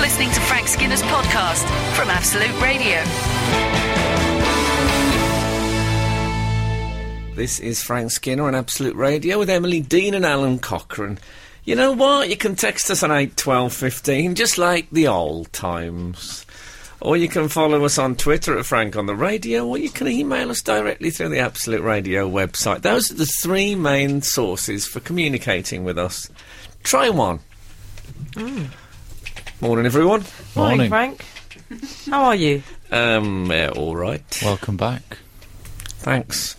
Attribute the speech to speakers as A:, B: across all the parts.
A: listening to Frank Skinner's podcast from Absolute Radio.
B: This is Frank Skinner on Absolute Radio with Emily Dean and Alan Cochrane. You know what? You can text us on 81215, just like the old times. Or you can follow us on Twitter at Frank on the Radio, or you can email us directly through the Absolute Radio website. Those are the three main sources for communicating with us. Try one. Morning, everyone.
C: Morning.
D: Frank. How are you?
B: Um, yeah, all right.
C: Welcome back.
B: Thanks.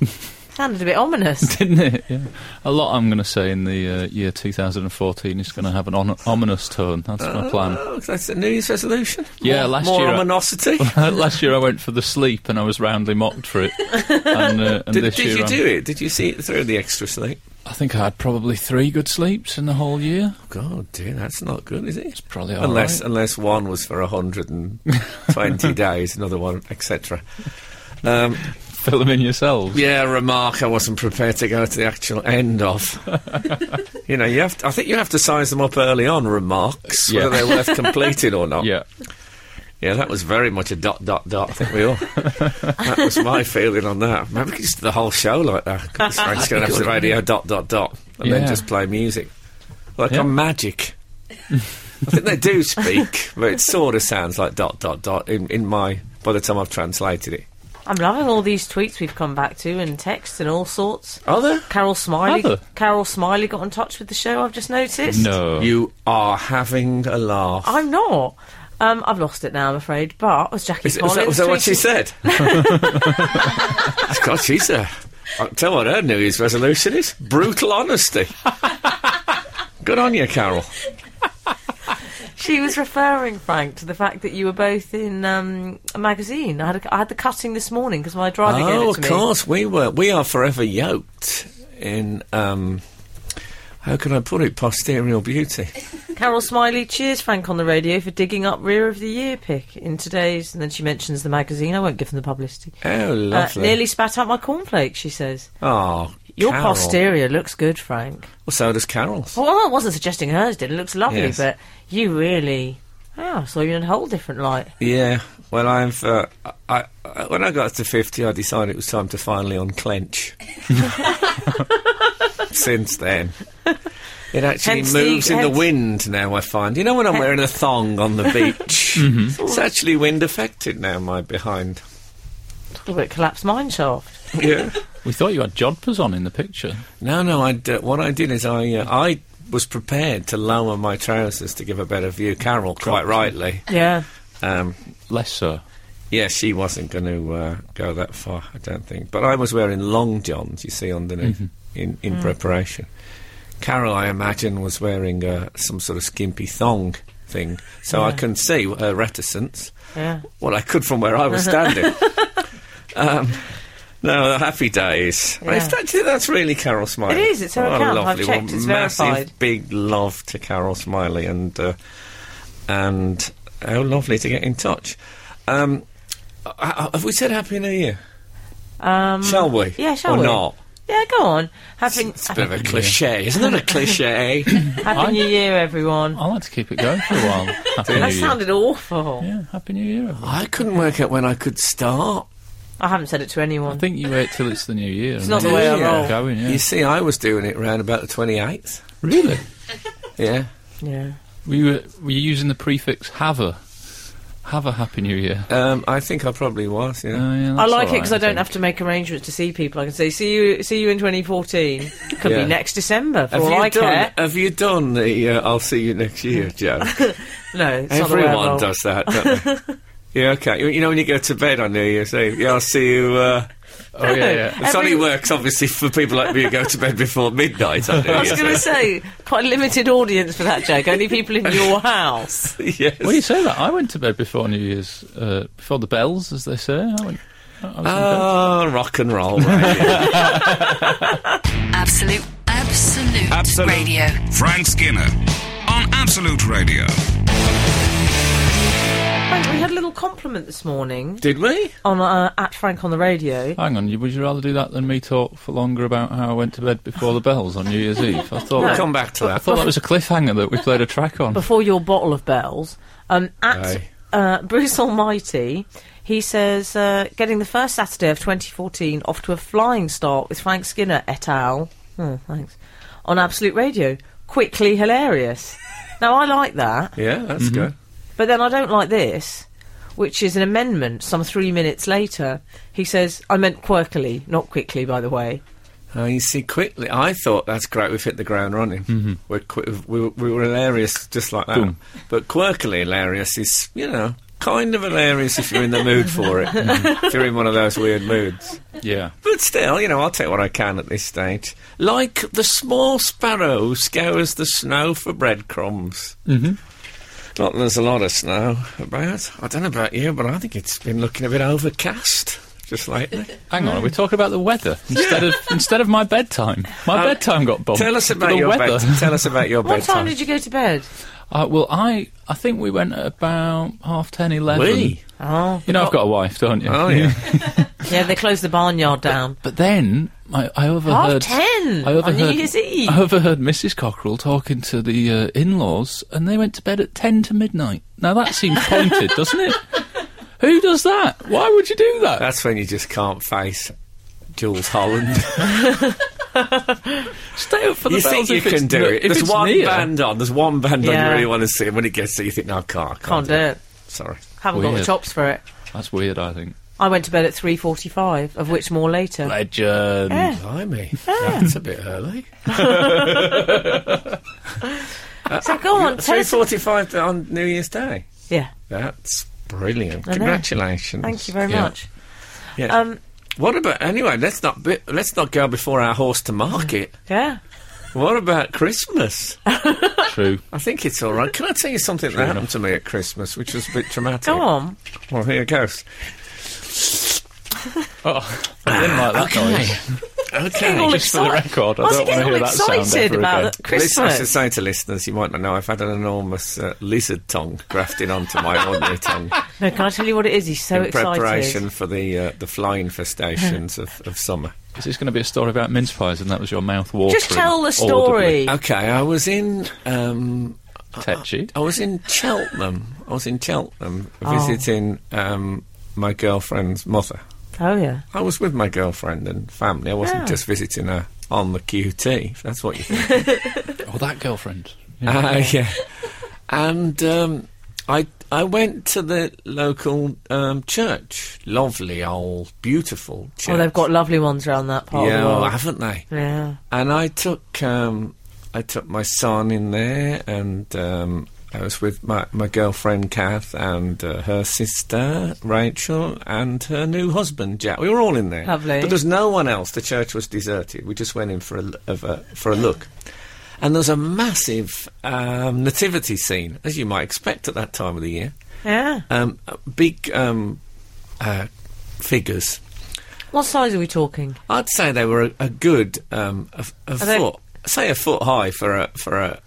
D: Sounded a bit ominous.
C: Didn't it? Yeah. A lot I'm going to say in the uh, year 2014 is going to have an on- ominous tone. That's my plan.
B: Oh, that's a New Year's resolution.
C: Yeah,
B: more,
C: last
B: more
C: year I-
B: ominosity.
C: Last year I went for the sleep and I was roundly mocked for it. And, uh, and
B: Did,
C: this
B: did
C: year
B: you
C: I'm-
B: do it? Did you see it through the extra sleep?
C: I think I had probably three good sleeps in the whole year.
B: Oh, God, dear, that's not good, is it?
C: It's probably all
B: Unless,
C: right.
B: unless one was for hundred and twenty days, another one, etc. Um,
C: Fill them in yourselves.
B: yeah, a remark I wasn't prepared to go to the actual end of. you know, you have. To, I think you have to size them up early on. Remarks,
C: Yeah.
B: whether they're worth completing or not.
C: Yeah.
B: Yeah, that was very much a dot dot dot. I think we all. that was my feeling on that. Maybe we could just do the whole show like that. Goodness, Frank's going to have the radio dot dot dot, and then
C: Yeah.
B: just play music like
C: Yeah.
B: on magic. I think they do speak, but it sort of sounds like dot dot dot in, in my. By the time I've translated it,
D: I'm loving all these tweets we've come back to and texts and all sorts.
B: are there?
D: Carol Smiley.
C: Have they?
D: Carol Smiley got in touch with the show. I've just noticed.
C: No.
B: You are having a laugh.
D: I'm not. Um, I've lost it now, I'm afraid. But as Jackie
B: Is it- was that,
D: Collins
B: was that what she
D: tweeted-
B: said? God, she's a. I'll tell you what her New Year's resolution is brutal honesty. Good on you, Carol.
D: She was referring, Frank, to the fact that you were both in um, a magazine. I had, a, I had the cutting this morning because my driver gave
B: Oh,
D: it
B: of
D: to me.
B: course, we were. We are forever yoked in. Um, how can I put it? Posterior beauty.
D: Carol Smiley, cheers, Frank, on the radio for digging up Rear of the Year pick in today's. And then she mentions the magazine. I won't give them the publicity.
B: Oh,
D: Uh,
B: lovely.
D: nearly spat out my cornflakes, she says.
B: Oh,
D: Your
B: Carol.
D: posterior looks good, Frank.
B: Well, so does Carol's.
D: Well, I wasn't suggesting hers did. It looks lovely,
B: Yes.
D: but you really. Oh, I saw you in a whole different light.
B: Yeah. Well, I've. Uh, I, I when I got to fifty, I decided it was time to finally unclench. Since then. It actually
D: Hence the-
B: moves in the
D: hence-
B: wind now, I find. You know when I'm wearing a thong on the beach?
D: Mm-hmm.
B: It's actually wind affected now, my behind.
D: Talk about collapsed mine shaft.
B: Yeah.
C: We thought you had jodhpurs on in the picture.
B: No, no. I d- what I did is I uh, I was prepared to lower my trousers to give a better view. Carol, quite rightly,
D: Yeah.
B: um,
C: Less so.
B: yeah, she wasn't going to uh, go that far, I don't think. But I was wearing long johns, you see, underneath in in preparation. Carol, I imagine, was wearing uh, some sort of skimpy thong thing, so I can see her reticence.
D: Yeah.
B: Well, I could from where I was standing. um, no, the happy days.
D: Yeah.
B: It's actually, that's really Carol Smiley.
D: It is, it's her
B: What a
D: account, I've
B: lovely
D: checked,
B: woman.
D: it's
B: Massive
D: verified.
B: big love to Carol Smiley, and uh, and how lovely to get in touch. Um, uh, uh, have we said Happy New Year?
D: Um,
B: Shall we?
D: Yeah, shall
B: or
D: we?
B: not?
D: Yeah, go on. Happy,
B: It's a bit of a cliche, isn't it? A cliche.
D: happy New Year, everyone.
C: I like to keep it going for a while. Happy New
D: That
C: Year.
D: sounded awful.
C: Yeah, Happy New Year. everyone.
B: I couldn't work out when I could start.
D: I haven't said it to
C: I
D: anyone.
C: think you wait till it's the New Year. It's
D: not the way I roll.
C: Going, yeah.
B: You see, I was doing it round about the twenty eighth.
C: Really?
B: Yeah.
D: Yeah.
C: We were, were you using the prefix have a? Have a happy new year.
B: Um, I think I probably was. Yeah.
C: Oh, yeah,
D: I
C: that's
D: like it
C: all
D: because
C: right,
D: I don't
C: think.
D: have to make arrangements to see people. I can say, "See you, see you in 2014." Could
B: Yeah.
D: be next December for all
B: you
D: I
B: done,
D: care.
B: Have you done the uh, "I'll see you next year" Joe?
D: No, it's not the way I
B: Everyone
D: roll.
B: does that, don't they? yeah, okay. You, you know when you go to bed on New Year's Eve, yeah, I'll see you. Uh,
C: Oh, yeah, yeah.
B: it only
D: Every-
B: works obviously for people like me who go to bed before midnight. On New
D: I was
B: Year's
D: going to say quite a limited audience for that joke. Only people in your house.
B: Eve. yes.
C: Well, you say that. I went to bed before New Year's, uh, before the bells, as they say. I went. I was in bed.
B: Oh, rock and roll. radio.
A: Absolute, absolute,
B: Absolute.
A: radio.
E: Frank Skinner on Absolute Radio.
D: Frank, we we had a little compliment this morning
B: Did we?
D: on uh, at Frank on the radio.
C: Hang on, you, would you rather do that than me talk for longer about how I went to bed before the bells on New Year's Eve? I thought
B: We'll
C: that-
B: come back to
C: I
B: that.
C: thought that was a cliffhanger that we played a track on.
D: before your bottle of bells, um, at
B: Aye.
D: uh, Bruce Almighty, he says, uh, getting the first Saturday of 2014 off to a flying start with Frank Skinner et al. Oh, thanks. On Absolute Radio. Quickly hilarious. now, I like that,
B: Yeah, that's good.
D: but then I don't like this, which is an amendment some three minutes later. He says, I meant quirkily, not quickly, by the way.
B: Oh, you see, quickly, I thought that's great. We've hit the ground running. We're qui- we, were- we were hilarious just like that.
C: Mm-hmm. Boom.
B: But quirkily hilarious is, you know, kind of hilarious if you're in the mood for it.
C: Mm-hmm.
B: if you're in one of those weird moods.
C: Yeah.
B: But still, you know, I'll take what I can at this stage. Like the small sparrow scours the snow for breadcrumbs. Mm-hmm. Not that there's a lot of snow about. I don't know about you, but I think it's been looking a bit overcast just lately.
C: Hang on, are we talking about the weather instead of instead of my bedtime? My bedtime got bumped.
B: Uh, Tell us
C: to
B: about
C: Oh, the
B: your
C: weather.
B: bed. Tell us about your
D: What
B: bedtime.
D: time did you go to bed?
C: Uh, well, I I think we went at about half ten, eleven.
B: We?
D: Oh,
C: You know, I've got a wife, don't you?
B: Oh yeah.
D: yeah, they closed the barnyard down.
C: But then I, I overheard
D: ten
C: I
D: on
C: overheard,
D: New Year's Eve.
C: I overheard Mrs. Cockerell talking to the uh, in-laws, and they went to bed at ten to midnight. Now that seems pointed, doesn't it? Who does that? Why would you do that?
B: That's when you just can't face Jules Holland.
C: Stay up for the
B: you
C: bells
B: think you
C: if it's
B: can do
C: n-
B: it.
C: If
B: There's
C: it's
B: one
C: near.
B: band on. There's one band on
D: Yeah.
B: you really want to see. And when it gets there, you think, no, I can't. I can't,
D: Can't do it.
B: Sorry.
D: Haven't got the
C: Weird.
D: chops for it.
C: That's weird. I think.
D: I went to bed at 3.45, of which more later.
C: Legend.
D: Yeah.
B: Blimey. That's a bit early.
D: So go on, tell us.
B: 3.45 on New Year's Day.
D: Yeah,
B: That's brilliant.
D: I know.
B: Congratulations.
D: thank you very
C: Yeah.
D: much.
B: Yeah.
D: Um,
B: what about... Anyway, let's not, bi- let's not go before our horse to market.
D: yeah.
B: what about Christmas?
C: True.
B: I think it's all right. Can I tell you something that happened to me at Christmas, which was a bit traumatic?
D: Go on.
B: Well, here goes.
C: Oh, I didn't like that noise.
B: Okay.
D: all
C: Just for the
D: excited-
C: record, I
D: Why is he
C: don't want to
D: getting
C: hear
D: all
C: that sound
D: excited
C: ever
D: about
C: again.
D: the
B: Listen, I should
D: Christmas?
B: say to listeners, you might not know, I've had an enormous uh, lizard tongue grafted onto my ordinary tongue
D: No, can I tell you what it is? He's so
B: in
D: excited.
B: preparation for the uh, the fly infestations of, of summer.
C: Is this going to be a story about mince pies? And that was your mouth watering.
D: Just tell the
C: audibly?
D: story.
B: Okay, I was in um,
C: Tetchy.
B: I was in Cheltenham. I was in Cheltenham visiting um, my girlfriend's mother.
D: Oh, yeah.
B: I was with my girlfriend and family. I wasn't
D: Oh.
B: just visiting her on the QT. If that's what you think.
C: Oh, that girlfriend.
B: Uh, yeah. And um, I I went to the local um, church. Lovely old, beautiful church.
D: Oh, they've got lovely ones around that part
B: yeah,
D: of the
B: oh,
D: world.
B: haven't they?
D: yeah.
B: And I took um, I took my son in there, and um, I was with my my girlfriend Kath and uh, her sister Rachel and her new husband Jack. We were all in there.
D: Lovely.
B: But there was no one else. The church was deserted. We just went in for a l- of a, for a look. And there was a massive um, nativity scene, as you might expect at that time of the year.
D: Yeah.
B: Um, uh, big um, uh, figures.
D: What size are we talking?
B: I'd say they were a, a good um, a, a
D: Are they-
B: foot, say a foot high for a for a.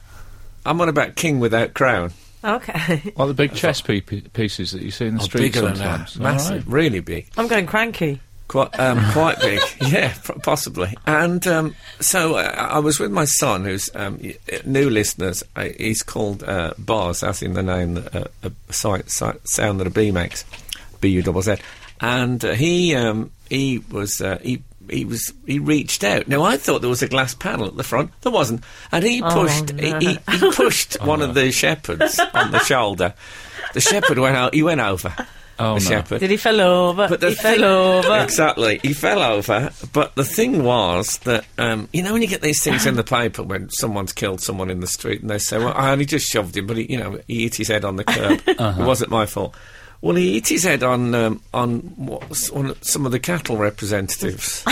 B: I'm on about king without crown.
D: Okay.
C: Like the big chess pie- pieces that you see in the
B: Oh,
C: street
B: bigger than
C: sometimes.
B: that, massive, really big,
D: I'm going cranky.
B: quite um, quite big, yeah, p- possibly. And um, so uh, I was with my son, who's um, y- uh, new listeners. Uh, he's called uh, Bars, as in the name, that, uh, a si- si- sound that a B makes, B U double Z. And uh, he um, he was uh, he. He was. He reached out. Now I thought there was a glass panel at the front. There wasn't, and he
D: Oh,
B: pushed. he-
D: no.
B: He, he, pushed
C: Oh,
B: one of the shepherds on the shoulder. The shepherd went out. He went over.
C: Oh,
B: the
C: no.
B: shepherd.
D: Did he fell over?
B: But the
D: he
B: thing-
D: fell over.
B: Exactly. He fell over. But the thing was that, um, you know, when you get these things in the paper when someone's killed someone in the street and they say, well, I only just shoved him, but, he, you know, he hit his head on the curb.
C: Uh-huh.
B: It wasn't my fault. Well, he hit his head on um, on, what, on some of the cattle representatives.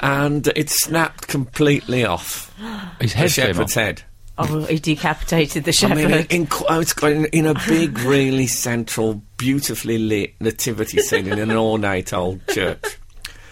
B: and it snapped completely off
C: Right. His
B: the
C: head came
B: shepherd's
C: off.
B: head.
D: Oh, he decapitated the
B: I
D: shepherd.
B: mean, in, in, qu- oh, it's got in, in a big, really central, beautifully lit nativity scene in an ornate old church.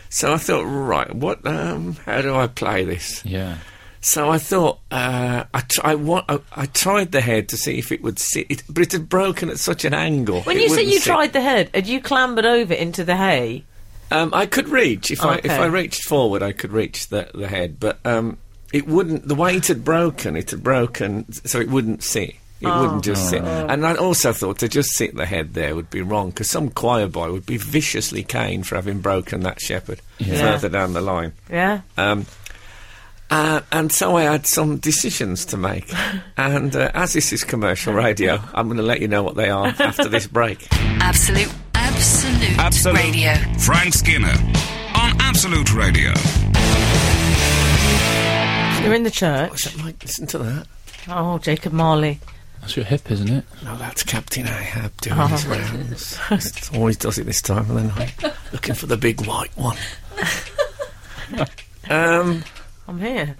B: So I thought, right, what? Um, how do I play this?
C: Yeah.
B: So I thought uh, I, tr- I, wa- I I tried the head to see if it would sit, it, but it had broken at such an angle.
D: When
B: it
D: you said
B: wouldn't
D: you
B: sit.
D: tried the head, had you clambered over into the hay?
B: Um, I could reach if I if
D: Okay.
B: I reached forward, I could reach the the head, but um, it wouldn't. The weight had broken. It had broken, so it wouldn't sit. It wouldn't just sit.
D: Oh.
B: And I also thought to just sit the head there would be wrong because some choir boy would be viciously caned for having broken that shepherd
D: Yeah.
B: further down the line.
D: Yeah.
B: Um, uh, and so I had some decisions to make. and uh, as this is commercial radio, I'm going to let you know what they are after this break.
A: Absolute, absolute,
B: Absolute.
A: radio.
E: Frank Skinner on Absolute Radio.
D: You're in the
B: oh,
D: church.
B: Mike, listen to that.
D: Oh, Jacob Marley.
C: That's your hip, isn't it?
B: No, Oh, that's Captain Ahab doing
D: Oh,
B: his rounds. He always does it this time of the night, looking for the big white one. um,
D: I'm here.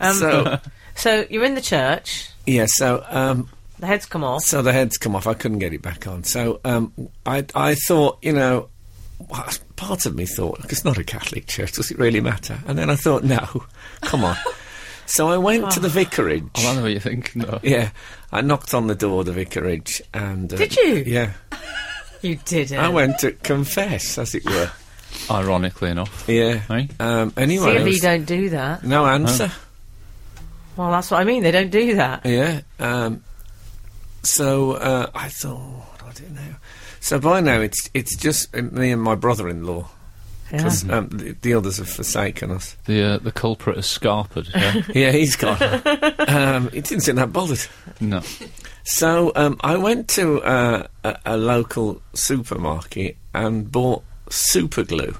D: Um,
B: so
D: So you're in the church.
B: yeah, so um,
D: The head's come off.
B: so the head's come off. I couldn't get it back on. So um, I I thought, you know, well, part of me thought "Look, it's not a Catholic church. Does it really matter? And then I thought, no, come on. so I went to
D: Oh.
B: the vicarage.
C: I know what you're thinking, though.
B: Yeah, I knocked on the door of the vicarage, and uh,
D: Did you?
B: Yeah,
D: You did it.
B: I went to confess, as it were.
C: Ironically enough.
B: Yeah.
C: Hey?
B: Um,
D: See
B: anyway,
D: if
B: it
D: you
B: was
D: don't do that.
B: no answer.
D: Well, that's what I mean. They don't do that.
B: Yeah. Um, so uh, I thought, what do I do now? So by now it's it's just uh, me and my brother-in-law
D: Yeah.
B: because um, the, the others have forsaken us.
C: The uh, the culprit has scarpered. Yeah?
B: Yeah, he's gone. um, he didn't seem that bothered.
C: no.
B: So um, I went to uh, a, a local supermarket and bought super glue.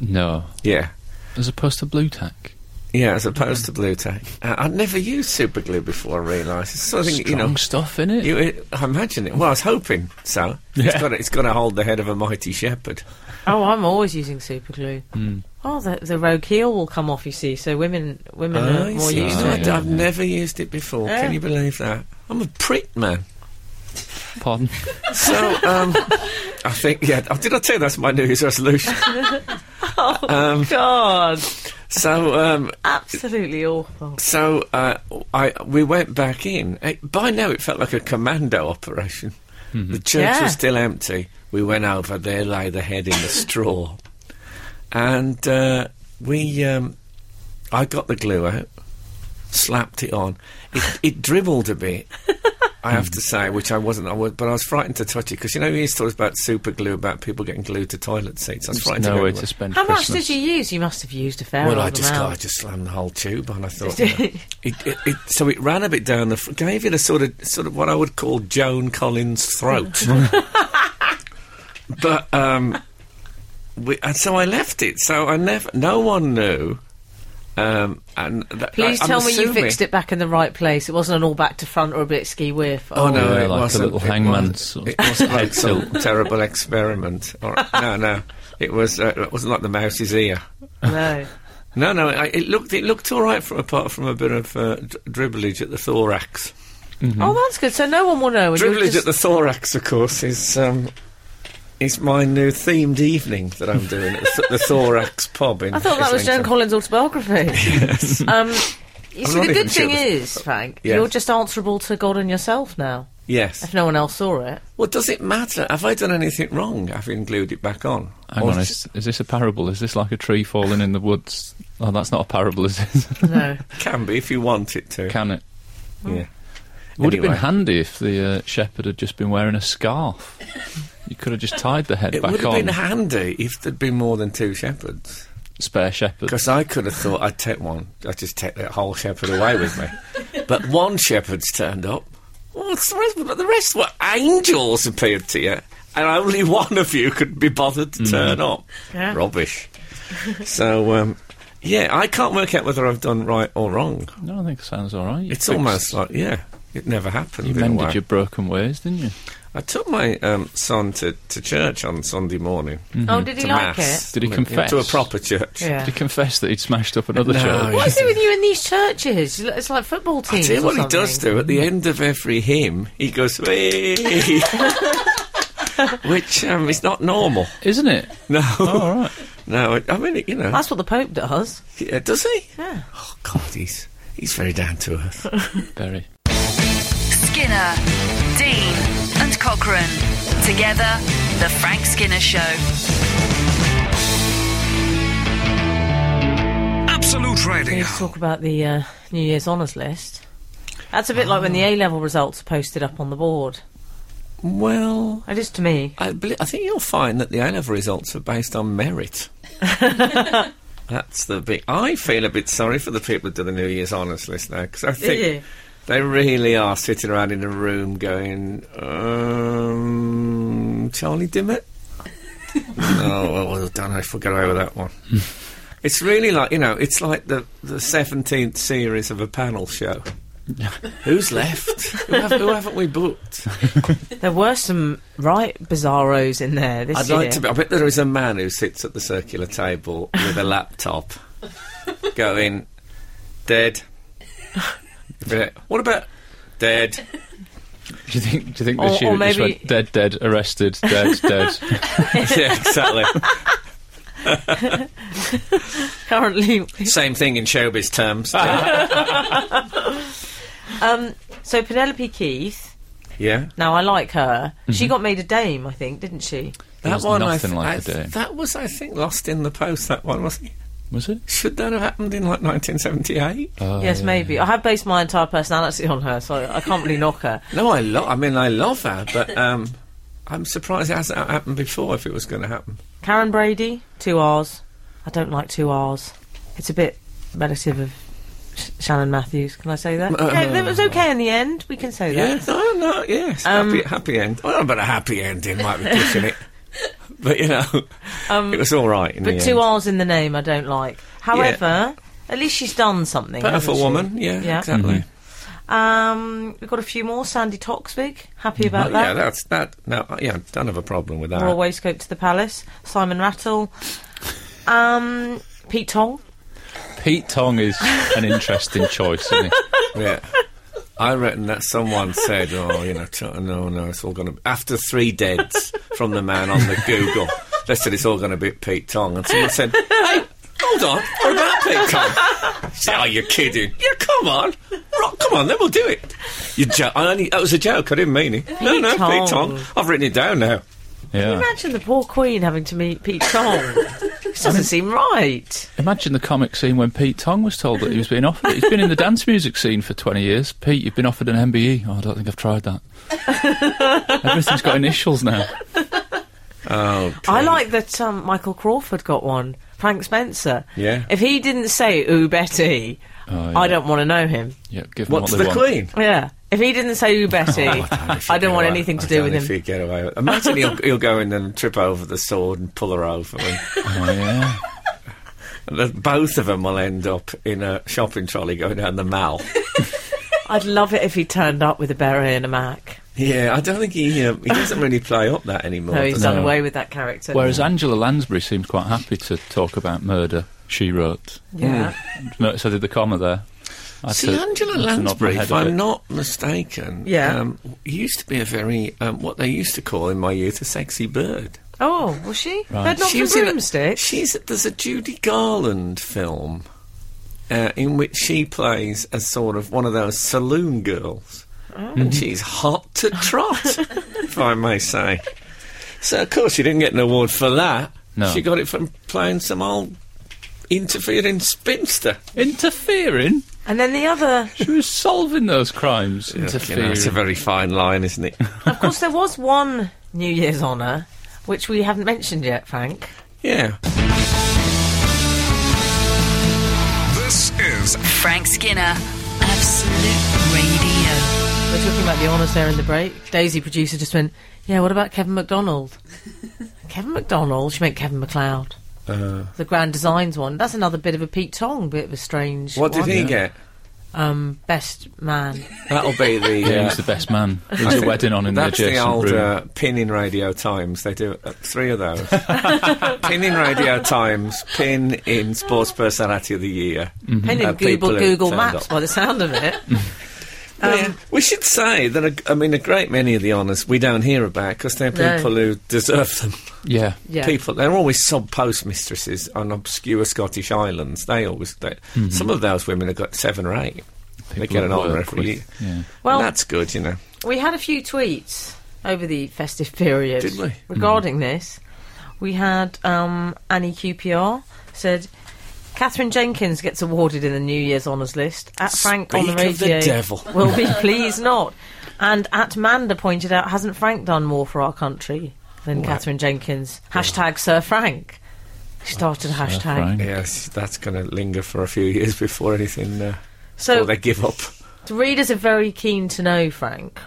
C: No.
B: Yeah.
C: As opposed to blue tack.
B: Yeah, as opposed to blue tack. Uh, I'd never used super glue before. I realised it's something
C: Strong
B: you know
C: stuff, innit?
B: You, it, I imagine it. Well, I was hoping so. It's
C: Yeah.
B: got to, it's got to hold the head of a mighty shepherd.
D: Oh, I'm always using super glue.
B: Hmm.
D: Oh, the, the rogue heel will come off, you see. So women women are
B: Oh, I
D: more
B: see.
D: used
B: No,
D: to it.
B: I'd- I've never used it before. Can
D: Yeah.
B: you believe that? I'm a prick, man.
C: Pardon?
B: So, um, I think, yeah. oh, Did I tell you that's my New Year's resolution?
D: God,
B: so, um,
D: absolutely awful.
B: so uh, I we went back in. Eh, by now, it felt like a commando operation.
C: Mm-hmm.
B: The church
D: Yeah.
B: was still empty. We went over. There lay the head in the straw, and uh, we. Um, I got the glue out, slapped it on. It, it dribbled a bit. I have to say, which I wasn't, I was, but I was frightened to touch it because you know these stories about super glue, about people getting glued to toilet seats. I was
C: There's
B: frightened
C: no
B: to go
C: way
B: to
C: to
B: work.
C: spend
D: How much
C: Christmas.
D: did you use? You must have used a fair
B: Well,
D: old
B: I just got, I
D: amount.
B: just slammed the whole tube on. I thought,
D: Did
B: no.
D: you?
B: it, it, it, so it ran a bit down the, fr- gave it a sort of, sort of what I would call Joan Collins' throat. but um, we, and so I left it. So I never, no one knew. Um, and th-
D: Please
B: I, I'm
D: tell me you
B: assuming-
D: fixed it back in the right place. It wasn't an all back to front or a bit ski whiff.
B: Oh no,
C: Yeah,
B: it
C: like a
B: wasn't.
C: little
B: It
C: hangman
B: wasn't-
C: sort of
B: It wasn't like some terrible experiment. Or, no, no, it was. Uh, it wasn't like the mouse's ear.
D: Oh, no.
B: No, no, I, it looked it looked all right from apart from a bit of uh, d- dribblage at the thorax.
D: Oh, that's good. So no one will know. and
B: Dribblage
D: you'll
B: Mm-hmm. at
D: just-
B: the thorax, of course, is um, is my new themed evening that I'm doing at the, the thorax pub in.
D: I thought that was Joan
B: Islington.
D: Collins' autobiography. um, you see,
B: not
D: the
B: even
D: good
B: sure
D: thing
B: this-
D: is, Frank,
B: Yeah.
D: you're just answerable to God and yourself now. If
B: Yes.
D: no one else saw it,
B: Well, does it matter? Have I done anything wrong? Having glued it back on?
C: Hang
B: Or
C: on,
B: s-
C: is, is this a parable? Is this like a tree falling in the woods? Oh, that's not a parable, is it?
D: no.
B: can be if you want it to.
C: Can it?
B: yeah.
C: Would have
B: Anyway.
C: been handy if the uh, shepherd had just been wearing a scarf. you could have just tied the head
B: It would
C: back
B: have
C: on.
B: been handy if there'd been more than two shepherds.
C: Spare shepherd.
B: Because I could have thought I'd take one. I'd just take that whole shepherd away with me. But one shepherd's turned up. What's the rest? But the rest were angels appeared to you. And only one of you could be bothered
C: Mm-hmm.
B: to turn up.
D: Yeah.
B: Rubbish. so, um, yeah, I can't work out whether I've done right or wrong.
C: No, I think it sounds all right. You
B: It's
C: fixed-
B: almost like, yeah, it never happened.
C: You
B: in a way.
C: mended your broken ways, didn't you?
B: I took my um, son to, to church on Sunday morning.
D: Oh, did he
B: to
D: like
B: mass.
D: it?
C: Mm. Did he
B: Yeah,
C: confess?
B: To a proper church.
D: Yeah.
C: Did he confess that he'd smashed up another
B: No,
C: church?
D: What is it with you in these churches? You look- It's like football
B: I
D: teams.
B: tell you
D: or
B: what he does
D: something.
B: do at the end of every hymn. He goes, "Hey," which um, is not normal.
C: Isn't it?
B: No,
C: Oh, all right.
B: no. I mean, it, you know,
D: That's what the Pope does.
B: yeah, does he?
D: Yeah.
B: Oh God, he's He's very down to earth.
C: Very.
A: Skinner, Dean, and Cochrane. Together, The Frank Skinner Show.
E: Absolute
D: We
E: Radio.
D: need to talk about the uh, New Year's honours list. That's a bit like when
B: Ah.
D: the A level results are posted up on the board.
B: Well,
D: It is to me.
B: I, belie- I think you'll find that the A level results are based on merit. That's the big. I feel a bit sorry for the people that do the New Year's honours list now because I think
D: you?
B: they really are sitting around in a room going, um, Charlie Dimmitt? no, well, well done. I forgot over that one. it's really like, you know, it's like the, the 17th series of a panel show. Who's left? who, have, who haven't we booked?
D: There were some right bizarros in there this
B: I'd
D: year.
B: like to. Be, I bet there is a man who sits at the circular table with a laptop, going dead. Yeah, What about dead?
C: Do you think? Do you think
D: Or-
C: this year
D: or
C: it just
D: maybe-
C: went dead, dead, arrested, dead, dead?
B: yeah, exactly.
D: Currently,
B: Same thing in showbiz terms.
D: um, so Penelope Keith.
B: yeah,
D: Now I like her. She
B: Mm-hmm.
D: got made a dame, I think, didn't she?
C: There was nothing like
B: I
C: the day.
B: That was, I think, lost in the post. That one was. not
C: Was it?
B: Should that have happened in like 1978?
C: Oh,
D: yes,
C: yeah.
D: maybe. I have based my entire personality on her, so I can't really knock her.
B: No, I love. I mean, I love her, but um, I'm surprised it hasn't happened before. If it was going to happen,
D: Karen Brady, two R's. I don't like two R's. It's a bit relative of Sh- Shannon Matthews. Can I say that?
B: Uh,
D: okay, that was okay in the end. We can say
B: Yeah,
D: that.
B: no, no, yes, happy, happy end. Well, but a happy ending might be pushing it. But you know, it was all right. In
D: But
B: the
D: two
B: end.
D: R's in the name, I don't like. However, at least she's done something.
B: Powerful
D: hasn't she?
B: woman, yeah,
D: Yeah.
B: exactly.
C: Mm-hmm.
D: Um, we've got a few more. Sandy Toxvig, happy
B: Uh,
D: about
B: yeah,
D: that.
B: that's that. No, uh, yeah, don't have a problem with that.
D: Royal waistcoat to the palace. Simon Rattle, um, Pete Tong.
C: Pete Tong is an interesting choice, isn't he?
B: Yeah. I reckon that someone said, "Oh, you know, t- no, no, it's all going to." be... After three deads from the man on the Google, they said it's all going to be Pete Tong, and someone said, "Hey, hold on, what about Pete Tong?" He said, "Oh, you're kidding? Yeah, come on, Rock, come on, then we'll do it." You jo- I only, that was a joke. I didn't mean it. No, no,
D: Tong.
B: Pete Tong. I've written it down now.
C: Yeah.
D: Imagine the poor Queen having to meet Pete Tong. this doesn't seem right.
C: Imagine the comic scene when Pete Tong was told that he was being offered. it. He's been in the dance music scene for 20 years. Pete, you've been offered an MBE. Oh, I don't think I've tried that. Everything's got initials now.
B: Oh,
D: I like that um, Michael Crawford got one. Frank Spencer.
B: Yeah.
D: If he didn't say "Ooh Betty,"
C: Oh,
D: I
C: yeah.
D: don't want to know him.
C: Yeah, give them
B: What
C: what
B: to
C: they
B: the
C: want.
B: Queen?
D: Yeah. If he didn't say "Ooh
B: Oh,
D: Betty," I don't want anything to do with him.
B: If he'd get away with Imagine he'll, he'll go in and trip over the sword and pull her over. And,
C: Oh, yeah.
B: The, both of them will end up in a shopping trolley going down the mall.
D: I'd love it if he turned up with a beret and a mac.
B: yeah, I don't think he um, he doesn't really play up that anymore.
D: No, he's
B: does he?
D: done
C: No.
D: away with that character.
C: Whereas Angela Lansbury seems quite happy to talk about murder, she wrote.
D: yeah.
C: Notice I did the comma there. I had
B: See,
C: to-
B: Angela
C: I had to nod my
B: Lansbury,
C: head
B: if
C: a
B: I'm
C: bit.
B: not mistaken,
D: Yeah.
B: um, used to be a very um, what they used to call in my youth a sexy bird.
D: Oh, was she?
C: Right.
D: Right. Not
B: She
D: from
B: was in a-
D: broomsticks.
B: She's there's a Judy Garland film uh, in which she plays a sort of one of those saloon girls,
D: Oh.
B: and she's hot to trot, if I may say. So of course she didn't get an award for that.
C: No.
B: She got it from playing some old interfering spinster.
C: Interfering?
D: And then the other,
C: She was solving those crimes.
B: You know,
C: Interfering.
B: it's a very fine line, isn't it?
D: of course, there was one New Year's honour which we haven't mentioned yet, Frank.
B: yeah.
E: This is
A: Frank Skinner, Absolute Radio.
D: We're talking about the honours there in the break. Daisy, producer, just went, "Yeah, what about Kevin McDonald?" Kevin McDonald. She meant Kevin McLeod.
B: Uh,
D: The Grand Designs one. That's another bit of a Pete Tong, bit of a strange.
B: what did
D: one.
B: he get?
D: Um, best man.
B: That'll be the.
C: Yeah,
B: uh,
C: he's the best man. There's a wedding on in the
B: That's
C: adjacent
B: old
C: room.
B: Uh, pin in Radio Times. They do uh, three of those. pin in Radio Times, pin in Sports Personality of the Year.
C: Mm-hmm.
D: And in
B: Uh, people
D: Google
B: who
D: Google
B: turned
D: Maps,
B: up.
D: by the sound of it.
B: yeah. We should say that, a, I mean, a great many of the honours we don't hear about because they're
D: No.
B: people who deserve them.
C: Yeah.
D: Yeah.
B: People, they're always sub postmistresses on obscure Scottish islands. They always, they, some of those women have got seven or eight. they
C: Mm-hmm. People
B: get an
C: that
B: honour
C: work
B: every
C: with-
B: year.
C: Yeah.
B: Well,
D: Well-
B: that's good, you know.
D: We had a few tweets over the festive period
B: Did we? Hmm.
D: regarding this. We had um, Annie QPR said, Catherine Jenkins gets awarded in the New Year's honours list. At Frank on the
B: Speak
D: radio,
B: of the devil.
D: will be pleased not. And at Manda pointed out, hasn't Frank done more for our country than Catherine Jenkins? Hashtag Sir Frank. She started a hashtag.
C: Frank.
B: Yes, that's going to linger for a few years before anything, uh,
D: So
B: before they give up.
D: The readers are very keen to know, Frank,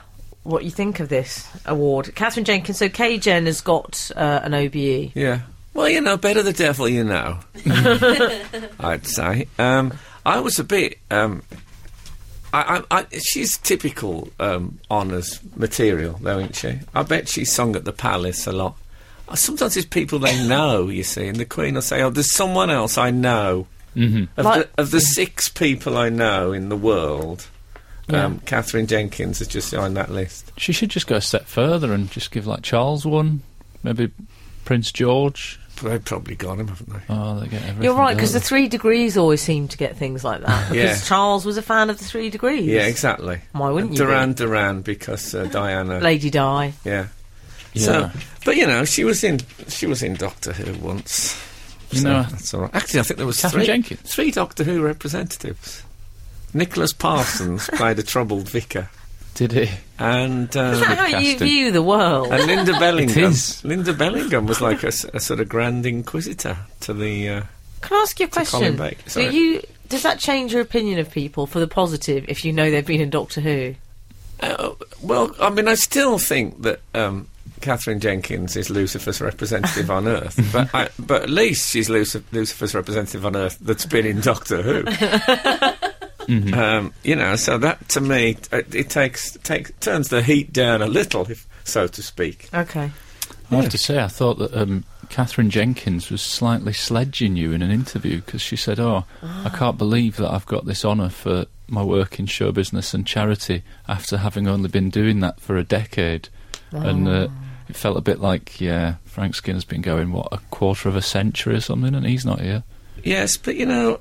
D: what you think of this award. Catherine Jenkins, so Kay Jen has got uh, an OBE.
B: Yeah. Well, you know, better the devil you know. I'd say. Um, I was a bit. Um, I, I, I, she's typical um, honours material, though, isn't she? I bet she sung at the palace a lot. Uh, Sometimes it's people they know, you see, and the Queen will say, "Oh, there's someone else I know." Mm-hmm. Of,
D: Like-
B: the, of the six people I know in the world, um, Catherine Jenkins is just on that list.
C: She should just go a step further and just give like Charles one, maybe Prince George.
B: They've probably got him, haven't they?
C: Oh, they get everything.
D: You're right,
C: don't
D: because the
C: they?
D: three degrees always seem to get things like that. Because
B: Yeah.
D: Charles was a fan of the three degrees.
B: Yeah, exactly.
D: Why wouldn't you be?
B: Duran Duran because uh, Diana.
D: Lady Di.
B: Yeah.
C: Yeah.
B: So, but you know, she was in she was in Doctor Who once.
C: You
B: So
C: know,
B: that's all right. Actually, I think there was
C: Catherine
B: three
C: Jenkins.
B: three Doctor Who representatives. Nicholas Parsons played a troubled vicar,
C: did he?
B: and
D: Is
B: um,
D: that how you
C: casting.
D: view the world?
B: and Linda Bellingham.
C: is.
B: Linda Bellingham was like a, s- a sort of grand inquisitor to the. Uh,
D: Can I ask you a question?
B: Colin Baker,
D: Do
B: sorry.
D: you does that change your opinion of people for the positive if you know they've been in Doctor Who?
B: Uh, well, I mean, I still think that um, Catherine Jenkins is Lucifer's representative on Earth, but I, but at least she's Luci- Lucifer's representative on Earth that's been in Doctor Who. um, you know, so that to me, t- it, it takes takes turns the heat down a little, if so to speak.
D: Okay.
C: I have to say, I thought that um, Catherine Jenkins was slightly sledging you in an interview because she said, "Oh, I
D: Ah.
C: can't believe that I've got this honour for my work in show business and charity after having only been doing that for a decade," and uh,
D: Ah.
C: it felt a bit like, yeah, Frank Skinner's been going what a quarter of a century or something, and he's not here.
B: Yes, but you know,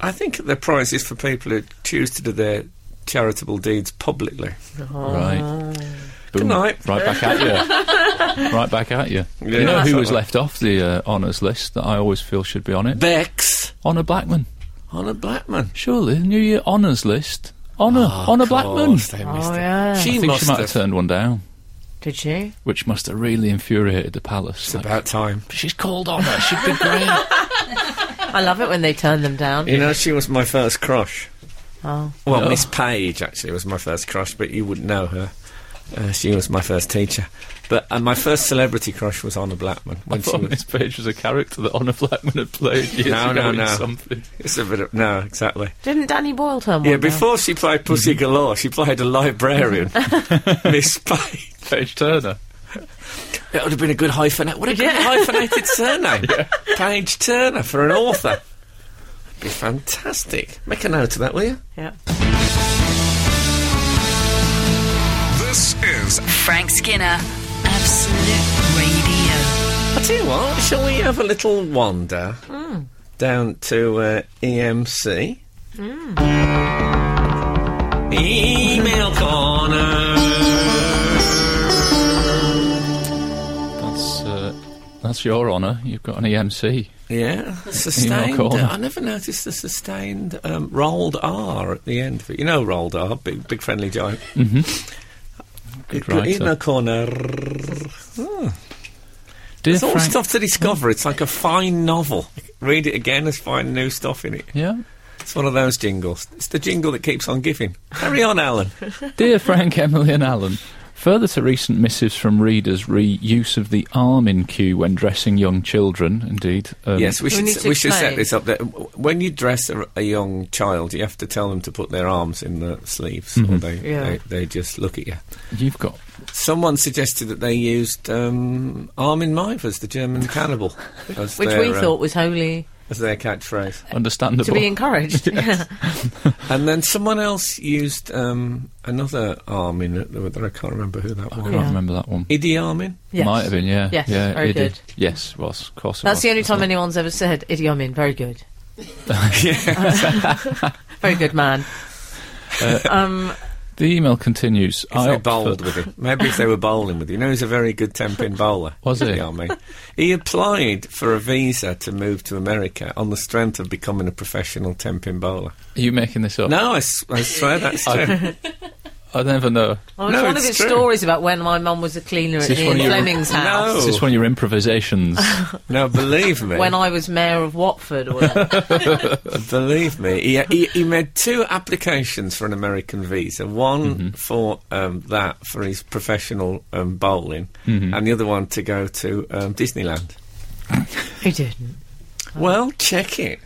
B: I think the prize is for people who choose to do their charitable deeds publicly.
C: Right. Boom.
B: Good night.
C: Right back at you. right back at you.
B: Yeah,
C: you know
B: that's
C: who was
B: all right.
C: left off the uh, honours list that I always feel should be on it?
B: Bex
C: Honor Blackman.
B: on a Blackman.
C: Surely the New Year honours list. Honor,
B: Oh,
C: Honor
B: of
C: Blackman.
B: course, they missed
D: Oh
B: it.
D: yeah.
B: She
C: I think
B: must
C: she might have.
B: have.
C: turned one down,
D: Did she?
C: which must have really infuriated the palace.
B: It's about time.
C: She's called Honor. She'd be great.
D: I love it when they turn them down.
B: You know, she was my first crush.
D: Oh.
B: Well,
C: Oh.
B: Miss Page actually was my first crush, but you wouldn't know her. Uh, she was my first teacher. But uh, my first celebrity crush was Honor Blackman.
C: I
B: When she
C: thought
B: was,
C: Miss Page was a character that Honor Blackman had played years
B: No,
C: ago
B: no,
C: in
B: no.
C: something.
B: it's a bit of, no, exactly.
D: Didn't Danny Boyle turn one
B: Yeah,
D: down?
B: before she played Pussy Galore, she played a librarian, Miss Page.
C: Page Turner.
B: That would have been a good hyphenate. What a good
D: Yeah.
B: hyphenated surname, Page Turner for an author. Be fantastic. Make a note of that, will you?
D: Yeah.
E: This is
A: Frank Skinner, Absolute Radio.
B: I tell you what, shall we have a little wander
C: Hmm.
B: down to uh, EMC?
C: Hmm.
B: Email corner.
C: That's, uh, that's your Honor. You've got an E EMC.
B: Yeah, sustained. uh,
C: corner.
B: I never noticed the sustained um, rolled R at the end of it. You know, rolled R, big, big friendly giant.
C: Good
B: But Email
C: writer.
B: corner.
C: Dear
B: It's all
C: Frank,
B: stuff to discover. It's like a fine novel. Read it again. There's fine new stuff in it.
C: Yeah.
B: It's one of those jingles. It's the jingle that keeps on giving. Carry on, Alan.
C: Dear Frank, Emily, and Alan, further to recent missives from readers re use of the arm in queue when dressing young children, indeed. Um,
B: yes, we should
D: need
B: s-
D: to
B: we should set
D: explain.
B: this up. That w- when you dress a, a young child, you have to tell them to put their arms in the sleeves, or they,
D: Yeah.
B: they they just look at you.
C: You've got.
B: Someone suggested that they used um, Armin Mivers, the German cannibal, as
D: Which
B: their,
D: we
B: uh,
D: thought was holy.
B: as their catchphrase.
C: Understandable.
D: to be encouraged.
B: And then someone else used um, another Armin, that I can't remember who that
C: I
B: was.
C: can't remember that one.
B: Idi Armin?
D: Yes.
C: Might have been, yeah.
D: Yes,
C: yeah,
D: very
C: it did.
D: good.
C: Yes, was. Of course it
D: That's
C: was.
D: the only
C: That's
D: time
C: it.
D: anyone's ever said Idi Amin. Very good,
B: yeah.
D: very good man.
B: Uh,
D: um,
C: The email continues.
B: If
C: I
B: they
C: opt for-
B: bowled with him. Maybe if they were bowling with you. You know, he's a very good 10 pin bowler.
C: Was he?
B: Idi Armin. He applied for a visa to move to America on the strength of becoming a professional 10 pin bowler.
C: Are you making this up?
B: No, I, s- I swear that's true.
C: I never know.
D: well, it's
B: No,
D: one
B: it's
D: of his
B: true.
D: stories about when my mum was a cleaner at
C: Is this
D: Ian
C: one of your-
D: Fleming's house.
B: No.
C: This is one of your improvisations.
B: no, believe me.
D: When I was mayor of Watford, or whatever.
B: Believe me, he, he, he made two applications for an American visa. One
C: Mm-hmm.
B: for um, that, for his professional um, bowling,
C: Mm-hmm.
B: and the other one to go to um, Disneyland.
D: he didn't.
B: Well, check it.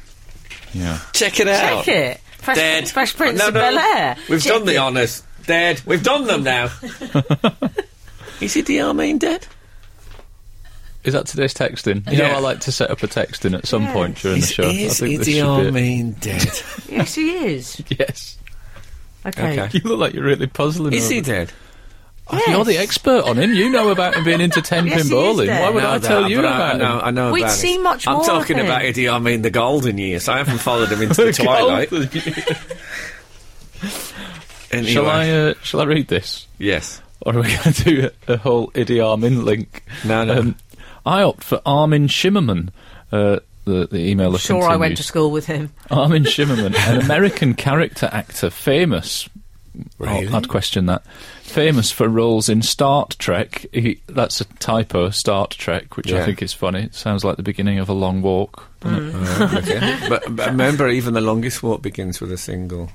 C: yeah.
B: Check it out.
D: Check it. Fresh,
B: Dead.
D: Fresh Prince
B: No,
D: of
B: no.
D: Bel Air.
B: We've done the honours. Dead. We've done them now. Is it the Armin dead?
C: Is that today's texting? You
B: Yeah.
C: know, I like to set up a texting at some
D: Yes.
C: point during the
B: Is-
C: show.
B: Is
C: I think this
B: Idi
C: should be
B: Armin dead?
D: Yes, he is.
C: it. Yes.
D: Okay.
B: Okay.
C: You look like you're really puzzling.
B: Is
C: over
B: he
C: it.
B: dead?
C: Oh, You're the
D: Yes.
C: expert on him. You know about him being into ten
D: Yes,
C: pin
D: he is
C: bowling.
D: dead.
C: Why would
B: know
C: I
B: that,
C: tell you
B: but I-
C: about
B: I know,
C: him?
B: I know
D: We'd
B: about
D: see
B: it.
D: much
B: I'm
D: more of
B: talking
D: him.
B: about Idi Armin, the golden years. I haven't followed him into the twilight. Anyway.
C: Shall I? Uh, shall I read this?
B: Yes.
C: Or are we going to do a, a whole Idi Armin link? Um,
B: No, no.
C: I opt for Armin Shimmerman. Uh, the, the email
D: Sure, I went to school with him.
C: Armin Shimmerman, an American character actor, famous. oh,
B: Really?
C: I'd question that. Famous for roles in Star Trek. He, that's a typo, Star Trek, which
B: Yeah.
C: I think is funny. It sounds like the beginning of a long walk. doesn't it?
B: Okay. but, but remember, even the longest walk begins with a single.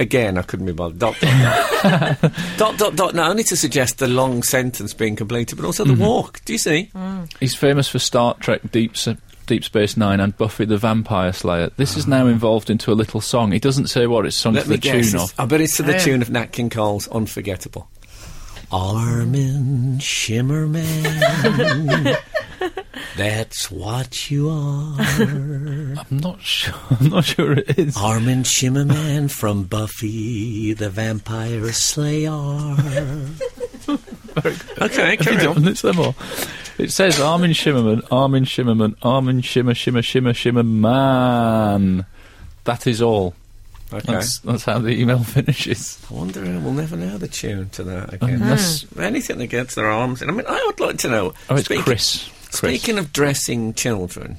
B: Again, I couldn't be bothered. Dot dot dot. dot dot dot. Not only to suggest the long sentence being completed, but also the walk. Do you see?
C: He's famous for Star Trek, Deep, S- Deep Space Nine, and Buffy the Vampire Slayer. This is now involved into a little song. He doesn't say what it's sung
B: Ah. Let
C: to
B: me
C: the
B: guess.
C: tune
B: it's-
C: of.
B: I bet it's to the
D: Oh, yeah.
B: tune of Nat King Cole's "Unforgettable." Armin Shimmerman, that's what you are.
C: I'm not sure. I'm not sure it is.
B: Armin Shimmerman from Buffy the Vampire Slayer. okay, carry on.
C: It's them all. It says Armin Shimmerman, Armin Shimmerman, Armin Shimmer, Shimmer, Shimmer, Shimmer Man. That is all.
B: Okay.
C: That's, that's how the email finishes.
B: I wonder, uh, we'll never know the tune to that again.
C: Unless-
B: Anything that gets their arms in. I mean, I would like to know.
C: Mm-hmm. Oh, it's
B: speak-
C: Chris. Chris.
B: Speaking of dressing children,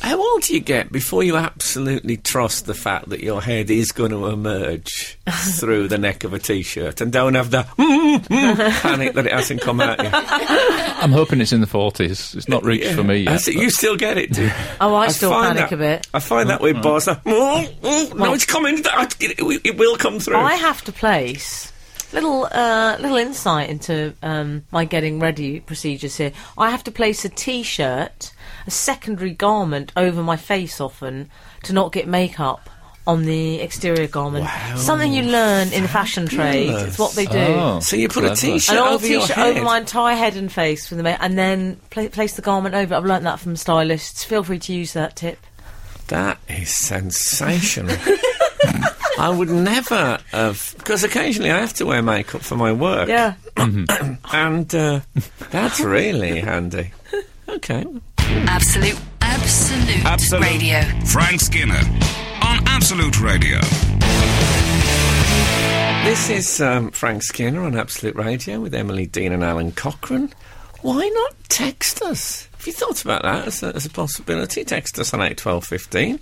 B: how old do you get before you absolutely trust the fact that your head is going to emerge through the neck of a t shirt and don't have the mm, mm, panic that it hasn't come out yet?
C: I'm hoping it's in the 40s. It's not reached for me
B: I
C: yet.
B: see- you still get it, do you?
D: Oh, I still
B: find
D: panic
B: that-
D: a bit.
B: I find that with bars. like, "Oh, oh, no, it's coming. It, it- it will come through.
D: I have to place little uh, little insight into um, my getting ready procedures here. I have to place a t-shirt, a secondary garment over my face often to not get makeup on the exterior garment.
B: Wow.
D: Something you learn in the fashion trade. It's what they do.
C: Oh,
B: so you put a
C: clever.
B: t-shirt
D: An old
B: over your
D: t-shirt
B: head.
D: over my entire head and face with the ma- and then pla place the garment over. it. I've learnt that from stylists. Feel free to use that tip.
B: That is sensational. I would never have, because occasionally I have to wear makeup for my work.
D: Yeah.
B: And uh, that's really handy. Okay.
A: Absolute, absolute,
B: Absolute.
A: radio.
E: Frank Skinner on Absolute Radio.
B: This is um, Frank Skinner on Absolute Radio with Emily Dean and Alan Cochrane. Why not text us? Have you thought about that as a, as a possibility? Text us on 81215.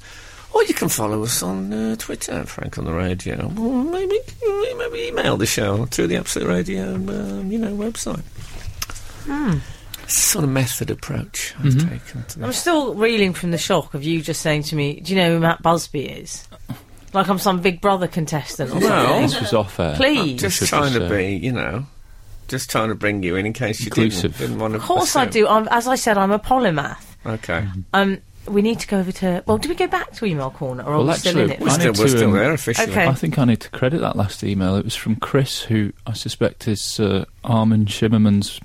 B: Or you can follow us on uh, Twitter, Frank on the Radio. Or maybe, maybe email the show through the Absolute Radio um, you know, website. It's a sort of method approach I've
C: Mm-hmm.
B: taken to
D: Hmm. I'm
B: this.
D: still reeling from the shock of you just saying to me, "Do you know who Matt Busby is?" Like I'm some Big Brother contestant or
B: Well,
D: something.
C: This was off air.
D: Please,
B: Just
C: should
B: trying to
C: just, uh,
B: be, you know, just trying to bring you in in case you
C: Inclusive.
B: didn't, didn't want to.
D: of course I do. I'm, as I said, I'm a polymath.
B: Okay.
D: Um, we need to go over to. Well, do we go back to email corner, or are
C: Well,
D: we still in
C: actually,
D: it?
B: We're
C: I
B: still,
C: need
B: we're
C: to,
B: still
C: um,
B: there officially.
D: Okay.
C: I think I need to credit that last email. It was from Chris, who I suspect is uh, Armin Shimmerman's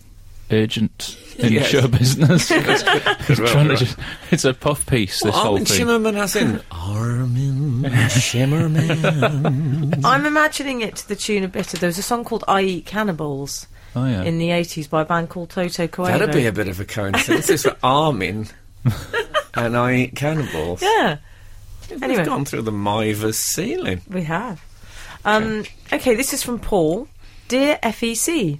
C: agent in
B: Yes.
C: show business. He's
B: well,
C: trying to
B: right.
C: just, it's a puff piece, this whole
B: Armin
C: thing.
B: Shimmerman as in Armin Shimmerman.
D: I'm imagining it to the tune of Bitter. There was a song called I Eat Cannibals
C: Oh, yeah.
D: in the 80s by a band called Toto Coelho.
B: That'd be a bit of a coincidence. it's for Armin and I eat cannibals.
D: Yeah,
B: We've
D: anyway.
B: gone through the Mivers ceiling.
D: we have. Um, okay, this is from Paul. Dear FEC,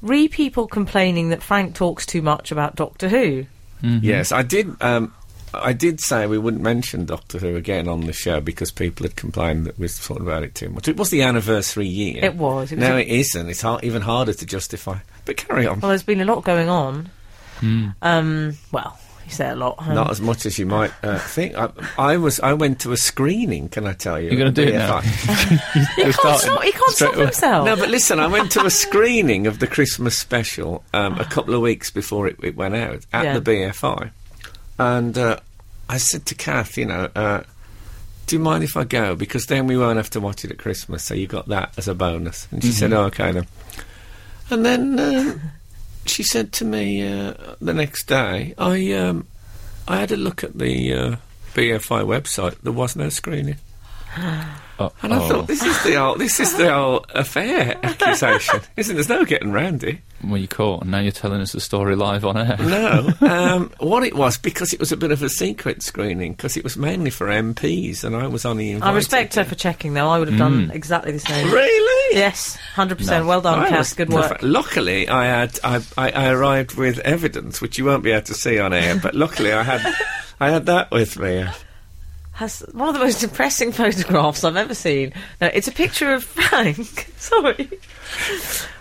D: re people complaining that Frank talks too much about Doctor Who.
C: Mm-hmm.
B: Yes, I did. Um, I did say we wouldn't mention Doctor Who again on the show because people had complained that we talked about it too much. It was the anniversary year.
D: It was, it was
B: now
D: a-
B: it isn't. It's har even harder to justify. But carry on.
D: Well, there's been a lot going on.
C: Hmm.
D: Um, well, you say a lot.
C: Um,
D: huh?
B: Not as much as you might uh, think. I, I was. I went to a screening. Can I tell you?
C: You're going
B: at
C: to do it now.
B: BFI?
C: You're
D: he can't
C: starting
D: stop, he can't
C: straight
D: stop
C: away.
D: himself.
B: No, but listen, I went to a screening of the Christmas special um, a couple of weeks before it, it went out at
D: Yeah.
B: the BFI. And uh, I said to Kath, you know, uh, do you mind if I go? Because then we won't have to watch it at Christmas, so you got that as a bonus. And she said, oh, okay then. And then um, she said to me uh, the next day, I, um, I had a look at the uh, BFI website, there was no screening.
C: Oh,
B: And I
C: oh.
B: thought, this is the old, this is the old affair accusation, isn't there? There's no getting round it.
C: Well, you caught, and now you're telling us the story live on air.
B: No, um, what it was because it was a bit of a secret screening because it was mainly for MPs, and I was only invited.
D: I respect her for checking, though. I would have done
C: Hmm.
D: exactly the same.
B: Really?
D: Yes, 100%. Well done,
B: I
D: Cass.
B: was
D: Good work.
B: prof- luckily, I had I, I, I arrived with evidence, which you won't be able to see on air. But luckily, I had I had that with me.
D: has one of the most depressing photographs I've ever seen. No, it's a picture of Frank. sorry,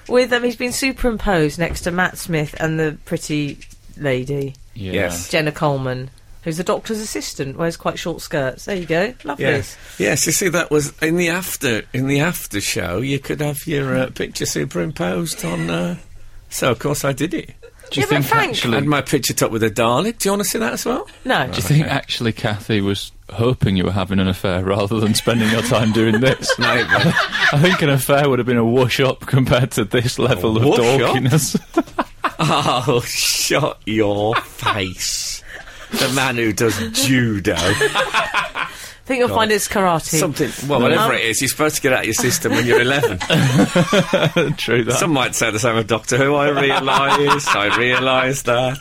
D: with um, he's been superimposed next to Matt Smith and the pretty lady
C: Yeah.
B: Yes.
D: Jenna Coleman, who's the doctor's assistant, wears quite short skirts. There you go, lovely.
B: Yes, yes. You see, that was in the after in the after show. You could have your uh, picture superimposed on. Uh, so of course, I did it.
C: Do you
D: Yeah, but
C: think
D: Frank-
C: actually?
B: And my picture took with a Dalek. Do you want to see that as well?
D: No,
C: do you think actually Kathy was hoping you were having an affair rather than spending your time doing this?
B: Maybe.
C: I think an affair would have been a wash up compared to this level of
B: wash up?
C: dorkiness.
B: oh, shut your face. The man who does judo.
D: I think you'll find it's karate.
B: Something, well, whatever it is, you're supposed to get out of your system when you're 11.
C: True that.
B: Some might say the same of Doctor Who. I realised, I realised that.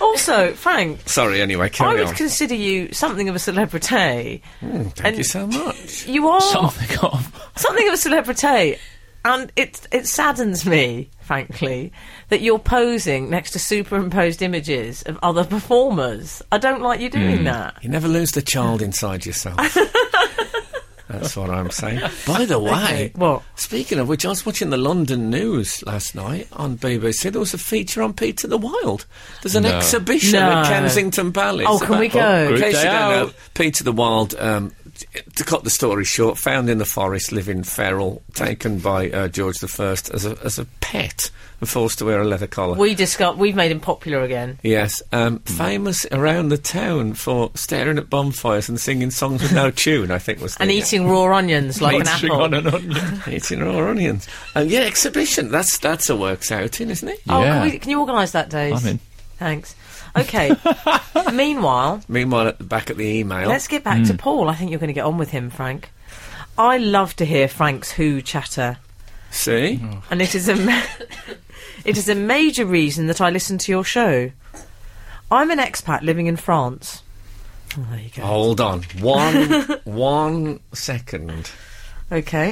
D: also, Frank,
B: Sorry, anyway,
D: I
B: carry
D: would
B: on. Hmm,
D: consider you something of a celebrity.
B: Thank you so much.
D: You are
C: Something of.
D: something of a celebrity. And it it saddens me, frankly, that you're posing next to superimposed images of other performers. I don't like you doing that.
B: You never lose the child inside yourself. That's what I'm saying. By the way,
D: what?
B: Speaking of which, I was watching the London news last night on BBC. There was a feature on Peter the Wild. There's an
C: No.
B: exhibition at
D: No.
B: Kensington Palace.
D: Oh, can we
B: about-
D: go?
B: In
C: Group
B: case
C: day
B: you don't
C: out.
B: know, Peter the Wild. Um, t- to cut the story short, found in the forest, living feral, taken by uh, George the First as a as a pet and forced to wear a leather collar.
D: We discuss, we've made him popular again.
B: Yes, um,
D: Hmm.
B: famous around the town for staring at bonfires and singing songs with no tune. I think was the uh,
D: And eating raw onions like an
C: Munching
D: apple.
C: on an onion.
B: eating raw onions. Um, yeah, exhibition. That's that's a works outing, isn't it?
D: Oh,
C: Yeah.
D: can, we, can you organise that, Dave?
C: I'm in.
D: Thanks. Okay. Meanwhile,
B: Oh, Meanwhile, at the back at the email,
D: Let's get back
C: Hmm.
D: to Paul. I think you're going to get on with him, Frank. I love to hear Frank's who chatter,
B: see
D: and it is a ma- it is a major reason that I listen to your show. I'm an expat living in France. Oh, there you go.
B: Hold on, one one second.
C: Oh.
D: Okay.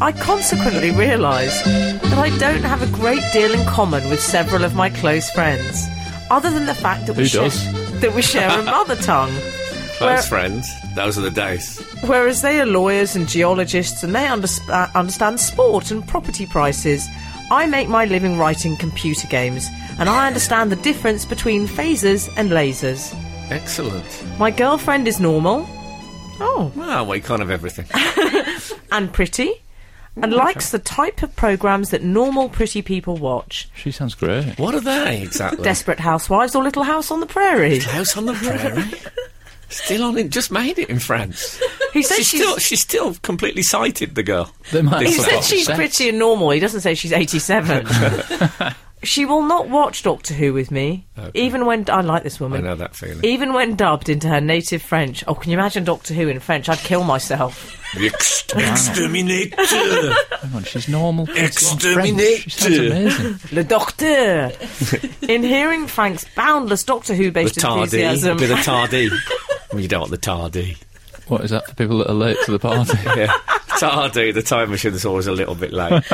D: I consequently realise that I don't have a great deal in common with several of my close friends, other than the fact that we
C: Who
D: share,
C: does?
D: that we share a mother tongue.
B: Close
D: Where-
B: friends. Those are the days.
D: Whereas they are lawyers and geologists and they unders- uh, understand sport and property prices, I make my living writing computer games and I understand the difference between phasers and lasers.
B: Excellent.
D: My girlfriend is normal. Oh.
B: Well, we can't have everything.
D: And pretty. And likes the type of programs that normal pretty people watch
C: She sounds great.
B: What are they exactly?
D: Desperate Housewives or Little House on the Prairie.
B: House on the Prairie. Still on it, just made it in France.
D: He said
B: She's
D: she's.
B: still, she's still completely sighted, the girl.
C: They might
D: he
C: have
B: He's
D: said
C: got
D: she's
C: sex.
D: pretty and normal. He doesn't say she's 87. She will not watch Doctor Who with me, even when I like this
B: I
D: woman.
B: know that feeling.
D: Even when dubbed into her native French. Oh, can you imagine Doctor Who in French? I'd kill myself.
B: Exterminator!
C: Hang on, she's normal. but it's not French. She sounds
B: Exterminate.
C: amazing.
D: Le Docteur. in hearing Frank's boundless Doctor Who
B: the
D: based
B: tardy. A
D: enthusiasm,
B: bit of tardy. well, you don't want the tardy.
C: What is that for people that are late to the party?
B: Yeah. Tardy, the time machine that's always a little bit late.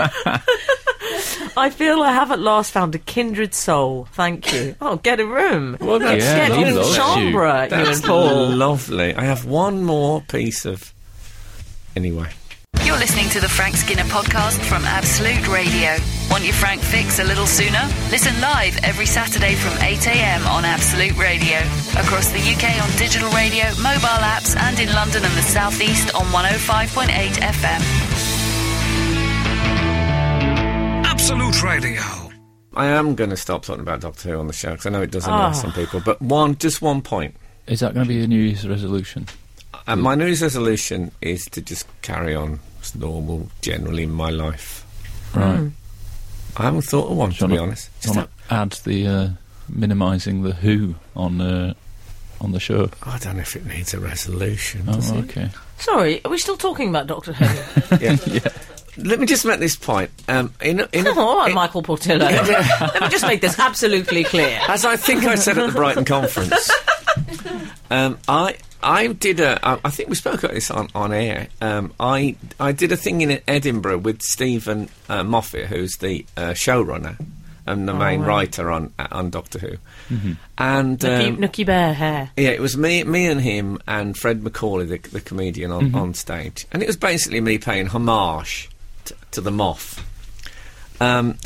D: I feel I have at last found a kindred soul. Thank you. Oh, get a room.
B: Well, that's
C: Yeah,
D: get
C: he
D: in
C: loves you.
D: chambre, you.
B: That's
D: and Paul.
B: lovely. I have one more piece of. Anyway.
A: You're listening to the Frank Skinner podcast from Absolute Radio. Want your Frank fix a little sooner? Listen live every Saturday from 8 a.m. on Absolute Radio. Across the UK on digital radio, mobile apps, and in London and the South East on 105.8 FM.
E: Absolute Radio.
B: I am going to stop talking about Doctor Who on the show because I know it does annoy some people. But one, just one point.
C: Is that going to be a New Year's resolution?
B: And my New Year's resolution is to just carry on as normal, generally in my life.
D: Hmm.
C: Right.
B: I haven't thought of one to
C: Wanna-
B: be honest. Just
C: wanna add the uh, minimising the who on uh, on the show.
B: a- I don't know if it needs a resolution.
C: Oh,
B: does it?
C: okay.
D: Sorry, are we still talking about Doctor Who?
B: Let me just make this point. Um, in a, in a,
D: Come on,
B: in-
D: Michael Portillo. Let me just make this absolutely clear.
B: as I think I said at the Brighton conference, um, I I did a I, I think we spoke about this on on air. Um, I I did a thing in Edinburgh with Stephen uh, Moffat, who's the uh, showrunner and
D: Oh,
B: the main writer on on Doctor Who,
D: Mm-hmm.
B: and
D: Nookie,
B: um,
D: Nookie Bear hair.
B: yeah, it was me, me and him, and Fred Macaulay, the, the comedian,
D: Mm-hmm.
B: on, on stage, and it was basically me paying homage t- to the Moth. Um,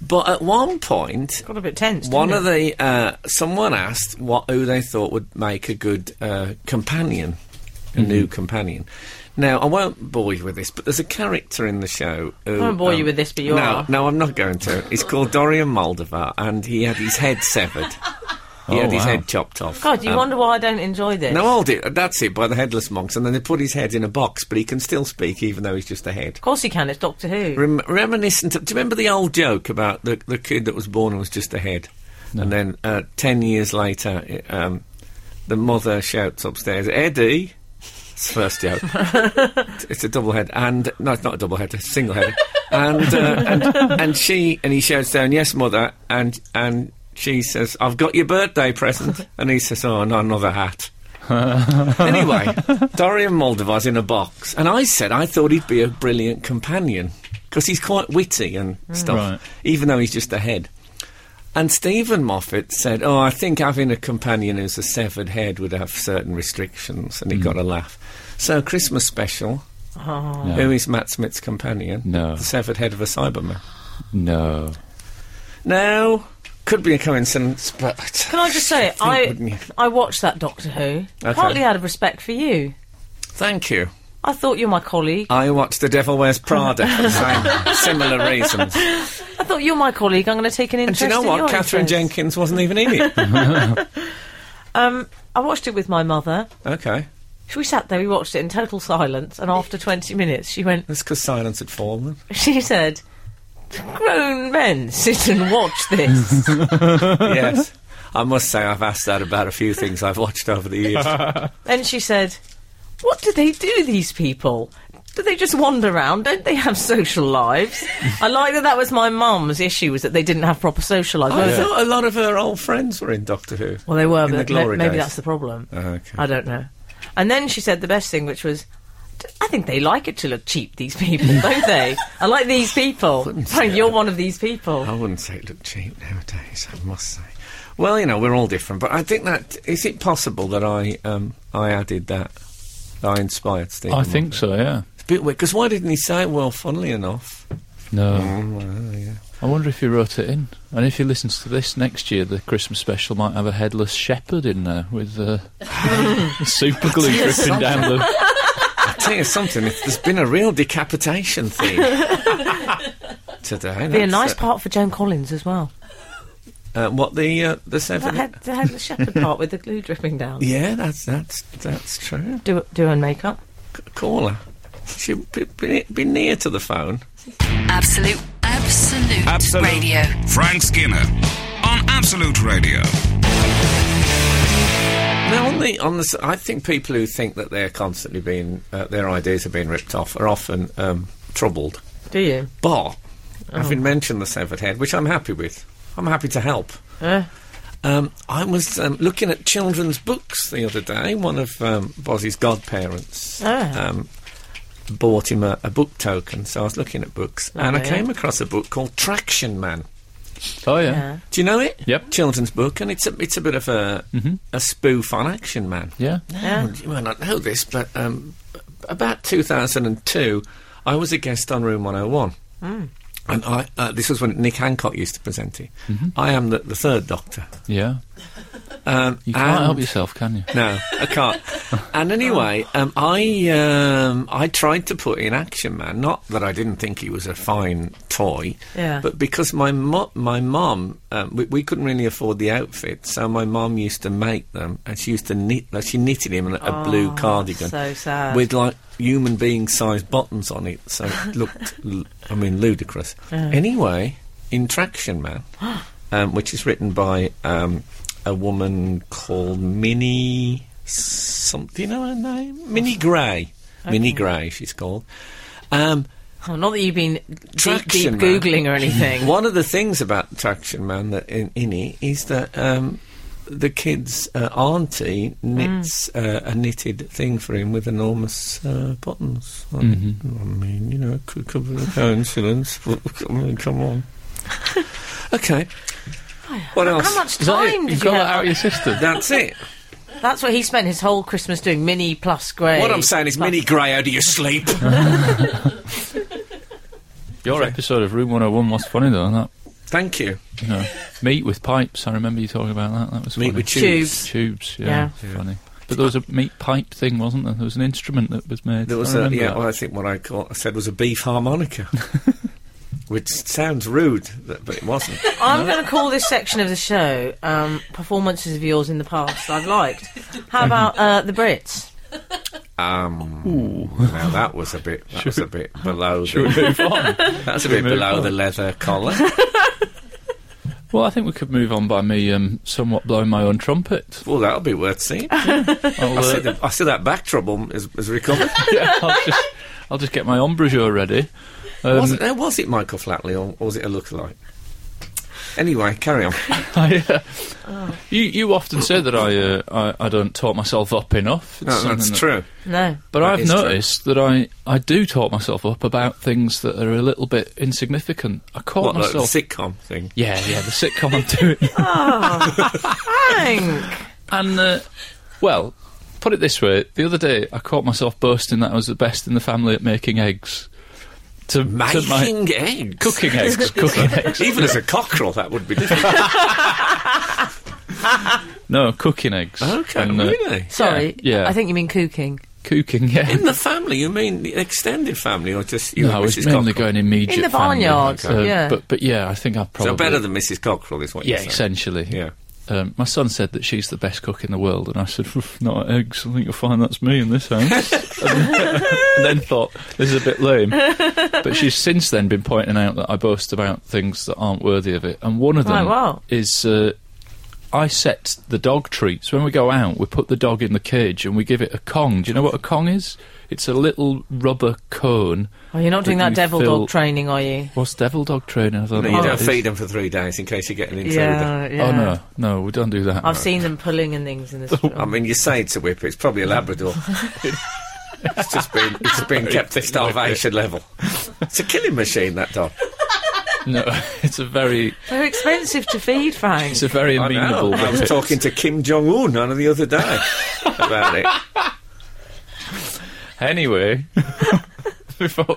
B: but at one point,
D: Got a bit tense.
B: one
D: didn't
B: of the uh, someone asked what who they thought would make a good uh, companion, a new
D: Mm-hmm.
B: companion. Now I won't bore you with this, but there's a character in the show. Who, I
D: won't bore you with this, but you
B: no,
D: are.
B: No, I'm not going to. It's called Dorian Moldavar, and he had his head severed. He
C: Oh,
B: had his
C: wow.
B: head chopped off.
D: God, you
B: Um,
D: wonder why I don't enjoy this.
B: No, all did. That's it by the headless monks, and then they put his head in a box, but he can still speak even though he's just a head.
D: Of course you can. It's Doctor Who.
B: Rem- reminiscent. Of, do you remember the old joke about the the kid that was born and was just a head, and then uh, ten years later, i- um, the mother shouts upstairs, "Eddie!" It's the first joke. It's- it's a double head, and no, it's not a double head. It's a single head. And, uh, and and she and he shouts down, "Yes, mother!" And and she says, "I've got your birthday present," and he says, "Oh, no, another hat." anyway, Dorian Moldavar's in a box, and I said I thought he'd be a brilliant companion because he's quite witty and stuff,
C: Right.
B: even though he's just a head. And Stephen Moffat said, "Oh, I think having a companion who's a severed head would have certain restrictions," and he got a laugh. So, Christmas special.
D: Oh.
C: No.
B: Who is Matt Smith's companion?
C: No.
B: the severed head of a Cyberman.
C: no.
B: No, could be a coincidence, but
D: Can I just say,
B: think, wouldn't
D: I
B: you?
D: I watched that Doctor Who
B: Okay.
D: partly out of respect for you.
B: thank you.
D: I thought you're my colleague.
B: I watched The Devil Wears Prada for the same similar reasons.
D: I thought you're my colleague. I'm going to take an
B: And
D: interest.
B: do you know
D: in
B: what?
D: your
B: Catherine
D: interests.
B: Jenkins wasn't even in it.
D: Um, I watched it with my mother.
B: okay.
D: We sat there, we watched it in total silence, and after 20 minutes, she went.
B: That's because silence had fallen.
D: She said, "Grown men sit and watch this."
B: yes. I must say, I've asked that about a few things I've watched over the years.
D: Then she said, What do they do, these people? Do they just wander around? Don't they have social lives? I like that that was my mum's issue, was that they didn't have proper social lives.
B: I
D: was it?
B: thought a lot of her old friends were in Doctor Who.
D: Well, they were,
B: in
D: but
B: the glory
D: ma- maybe
B: days. Uh,
D: that's the problem.
B: Okay.
D: I don't know. And then she said the best thing, which was, "D- I think they like it to look cheap, these people, don't they? I like these people. Frank, you're one of these people.
B: I wouldn't say it looked cheap nowadays. I must say. Well, you know, we're all different, but I think that is it possible that I um, I added that. that I inspired Stephen.
C: I think so. Yeah.
B: it's a bit weird because why didn't he say? it? Well, funnily enough,
C: No.
B: Mm, well, yeah.
C: I wonder if he wrote it in. And if he listens to this next year, the Christmas special might have a headless shepherd in there with uh, super glue dripping down the.
B: I tell you something. It's, there's been a real decapitation thing today.
D: Be a nice part for Joan Collins as well.
B: Uh, what the uh, the
D: That
B: seven?
D: head, the head, the shepherd part with the glue dripping down.
B: Yeah, that's that's that's true.
D: Do do her makeup.
B: C- Call her. She'll be, be, be near to the phone.
A: Absolute, absolute, Absolute,
B: Absolute.
A: Radio.
E: Frank Skinner on Absolute Radio.
B: Now, on the on the, s- I think people who think that they're constantly being uh, their ideas are being ripped off are often um, troubled.
D: Do you?
B: But
C: Oh.
B: having mentioned the severed head, which I'm happy with, I'm happy to help.
D: Eh?
B: Um, I was um, looking at children's books the other day. One of um, Bozzy's godparents
D: Ah.
B: um, bought him a, a book token, so I was looking at books, and I
D: Lovely.
B: came across a book called Traction Man.
C: Oh yeah.
D: Yeah.
B: Do you know it?
C: Yep. Mm-hmm.
B: Children's book, and it's a it's a bit of a a spoof on Action Man.
C: Yeah.
D: Yeah.
B: You might not know this, but um, about 2002, I was a guest on Room 101.
D: Mm.
B: And I, uh, this was when Nick Hancock used to present it.
C: Mm-hmm.
B: I am the, the third Doctor.
C: Yeah.
B: Um,
C: You can't
B: and-
C: help yourself, can you?
B: No, I can't. and anyway, um, I um, I tried to put in Action Man. Not that I didn't think he was a fine toy,
D: Yeah.
B: but because my mo- my mum um, we, we couldn't really afford the outfit, so my mum used to make them, and she used to knit. Like, she knitted him a, a blue
D: Oh,
B: cardigan,
D: so sad.
B: with like human being sized buttons on it, so it looked, l- I mean, ludicrous. Anyway, in Traction Man, um, which is written by um, a woman called Minnie. Something, do you know her name? Minnie Gray. Minnie Gray, she's called. Um,
D: Oh, not that you've been deep, deep
B: Traction, man.
D: googling or anything.
B: one of the things about Traction Man that in, in it is that um, the kid's uh, auntie knits
D: Mm.
B: uh, a knitted thing for him with enormous uh, buttons. on it.
C: Mm-hmm.
B: I mean, you know, it could cover the coincidence, but I mean, come on. okay. What
D: Oh, How
B: else?
D: much
C: Is that it?
D: time
C: You've
D: did you
C: got that out
D: have?
C: of your system.
B: That's it.
D: That's what he spent his whole Christmas doing. Mini plus grey.
B: What I'm saying is, Minnie Gray, how do you sleep?
C: Your episode of Room 101 was funny though. That
B: Thank you.
C: you know, meat with pipes. I remember you talking about that. That was
B: Meet
C: funny.
B: with
D: Tubes.
B: tubes.
C: Tubes,
D: Yeah.
C: yeah, funny. But there was a meat pipe thing, wasn't there? There was an instrument that was made.
B: There was a,
C: I remember
B: yeah,
C: that.
B: well, I think what I, call, I said was a beef harmonica, which sounds rude, but but it wasn't.
D: I'm going to call this section of the show um, performances of yours in the past I've liked. How about uh, the Brits?
B: Um, Now that was a bit. That was a bit below.
C: Should we
B: The,
C: move on?
B: that's a bit
C: we move
B: below
C: on?
B: the leather collar.
C: well, I think we could move on by me um, somewhat blowing my own trumpet.
B: well, that'll be worth seeing.
C: I'll,
B: I see,
C: uh,
B: the, I see that back trouble is, is recovered.
C: yeah, I'll, just, I'll just get my ombrageur ready. Um,
B: was, it, now, was it Michael Flatley or, or was it a lookalike? Anyway, carry on.
C: I, uh, you, you often say that I, uh, I I don't talk myself up enough. It's
B: No,
C: something
B: that's
C: that-
B: true.
D: No.
C: But
B: That
C: I've
B: is true.
C: noticed that I, I do talk myself up about things that are a little bit insignificant. I caught
B: What like the
C: myself.
B: sitcom thing?
C: yeah, yeah, the sitcom I'm doing.
D: Thank.
C: And, uh, well, put it this way the other day I caught myself boasting that I was the best in the family at making eggs. To, to my-
B: Making eggs.
C: cooking eggs. cooking eggs.
B: Even as a cockerel, that would be difficult.
C: No, cooking eggs.
B: okay,
C: And, uh,
B: really.
D: Sorry.
C: Yeah, yeah.
D: I think you mean cooking.
C: Cooking, yeah.
B: In the family, you mean the extended family, or just you
C: No, I
B: and
C: was
B: Mrs.
C: mainly
B: Cockerel?
C: going immediate.
D: In the
C: family.
D: barnyard,
C: Uh,
D: yeah.
C: But, but yeah, I think I've probably.
B: so better than Mrs. Cockerel is what
C: Yeah,
B: you're saying.
C: essentially.
B: Yeah.
C: Um, my son said that she's the best cook in the world, and I said, "Oof, "Not at eggs. I think you'll find that's me in this house." and then thought, "This is a bit lame." But she's since then been pointing out that I boast about things that aren't worthy of it, and one of them
D: Right, wow.
C: is uh, I set the dog treats. When we go out, we put the dog in the cage and we give it a Kong. Do you know what a Kong is? It's a little rubber cone.
D: Oh, you're not doing
C: That
D: that
C: you
D: devil
C: feel-
D: dog training, are you?
C: What's devil dog training? I don't
B: No,
C: know.
B: you
C: what
B: don't
C: that Oh, is.
B: feed them for three days in case you get an intruder.
D: Yeah, yeah.
C: Oh no, no, we don't do that.
B: Oh.
D: I've seen them pulling and things in this.
B: I mean, you say it's a whipper. It's probably a Labrador. it's just been it's been kept to starvation level. It's a killing machine. That dog.
C: No, it's a very,
D: They're expensive to feed, Frank.
C: it's a very
B: I, know.
C: amenable.
B: I was
C: rabbit.
B: talking to Kim Jong Un on the other day about it.
C: Anyway, before,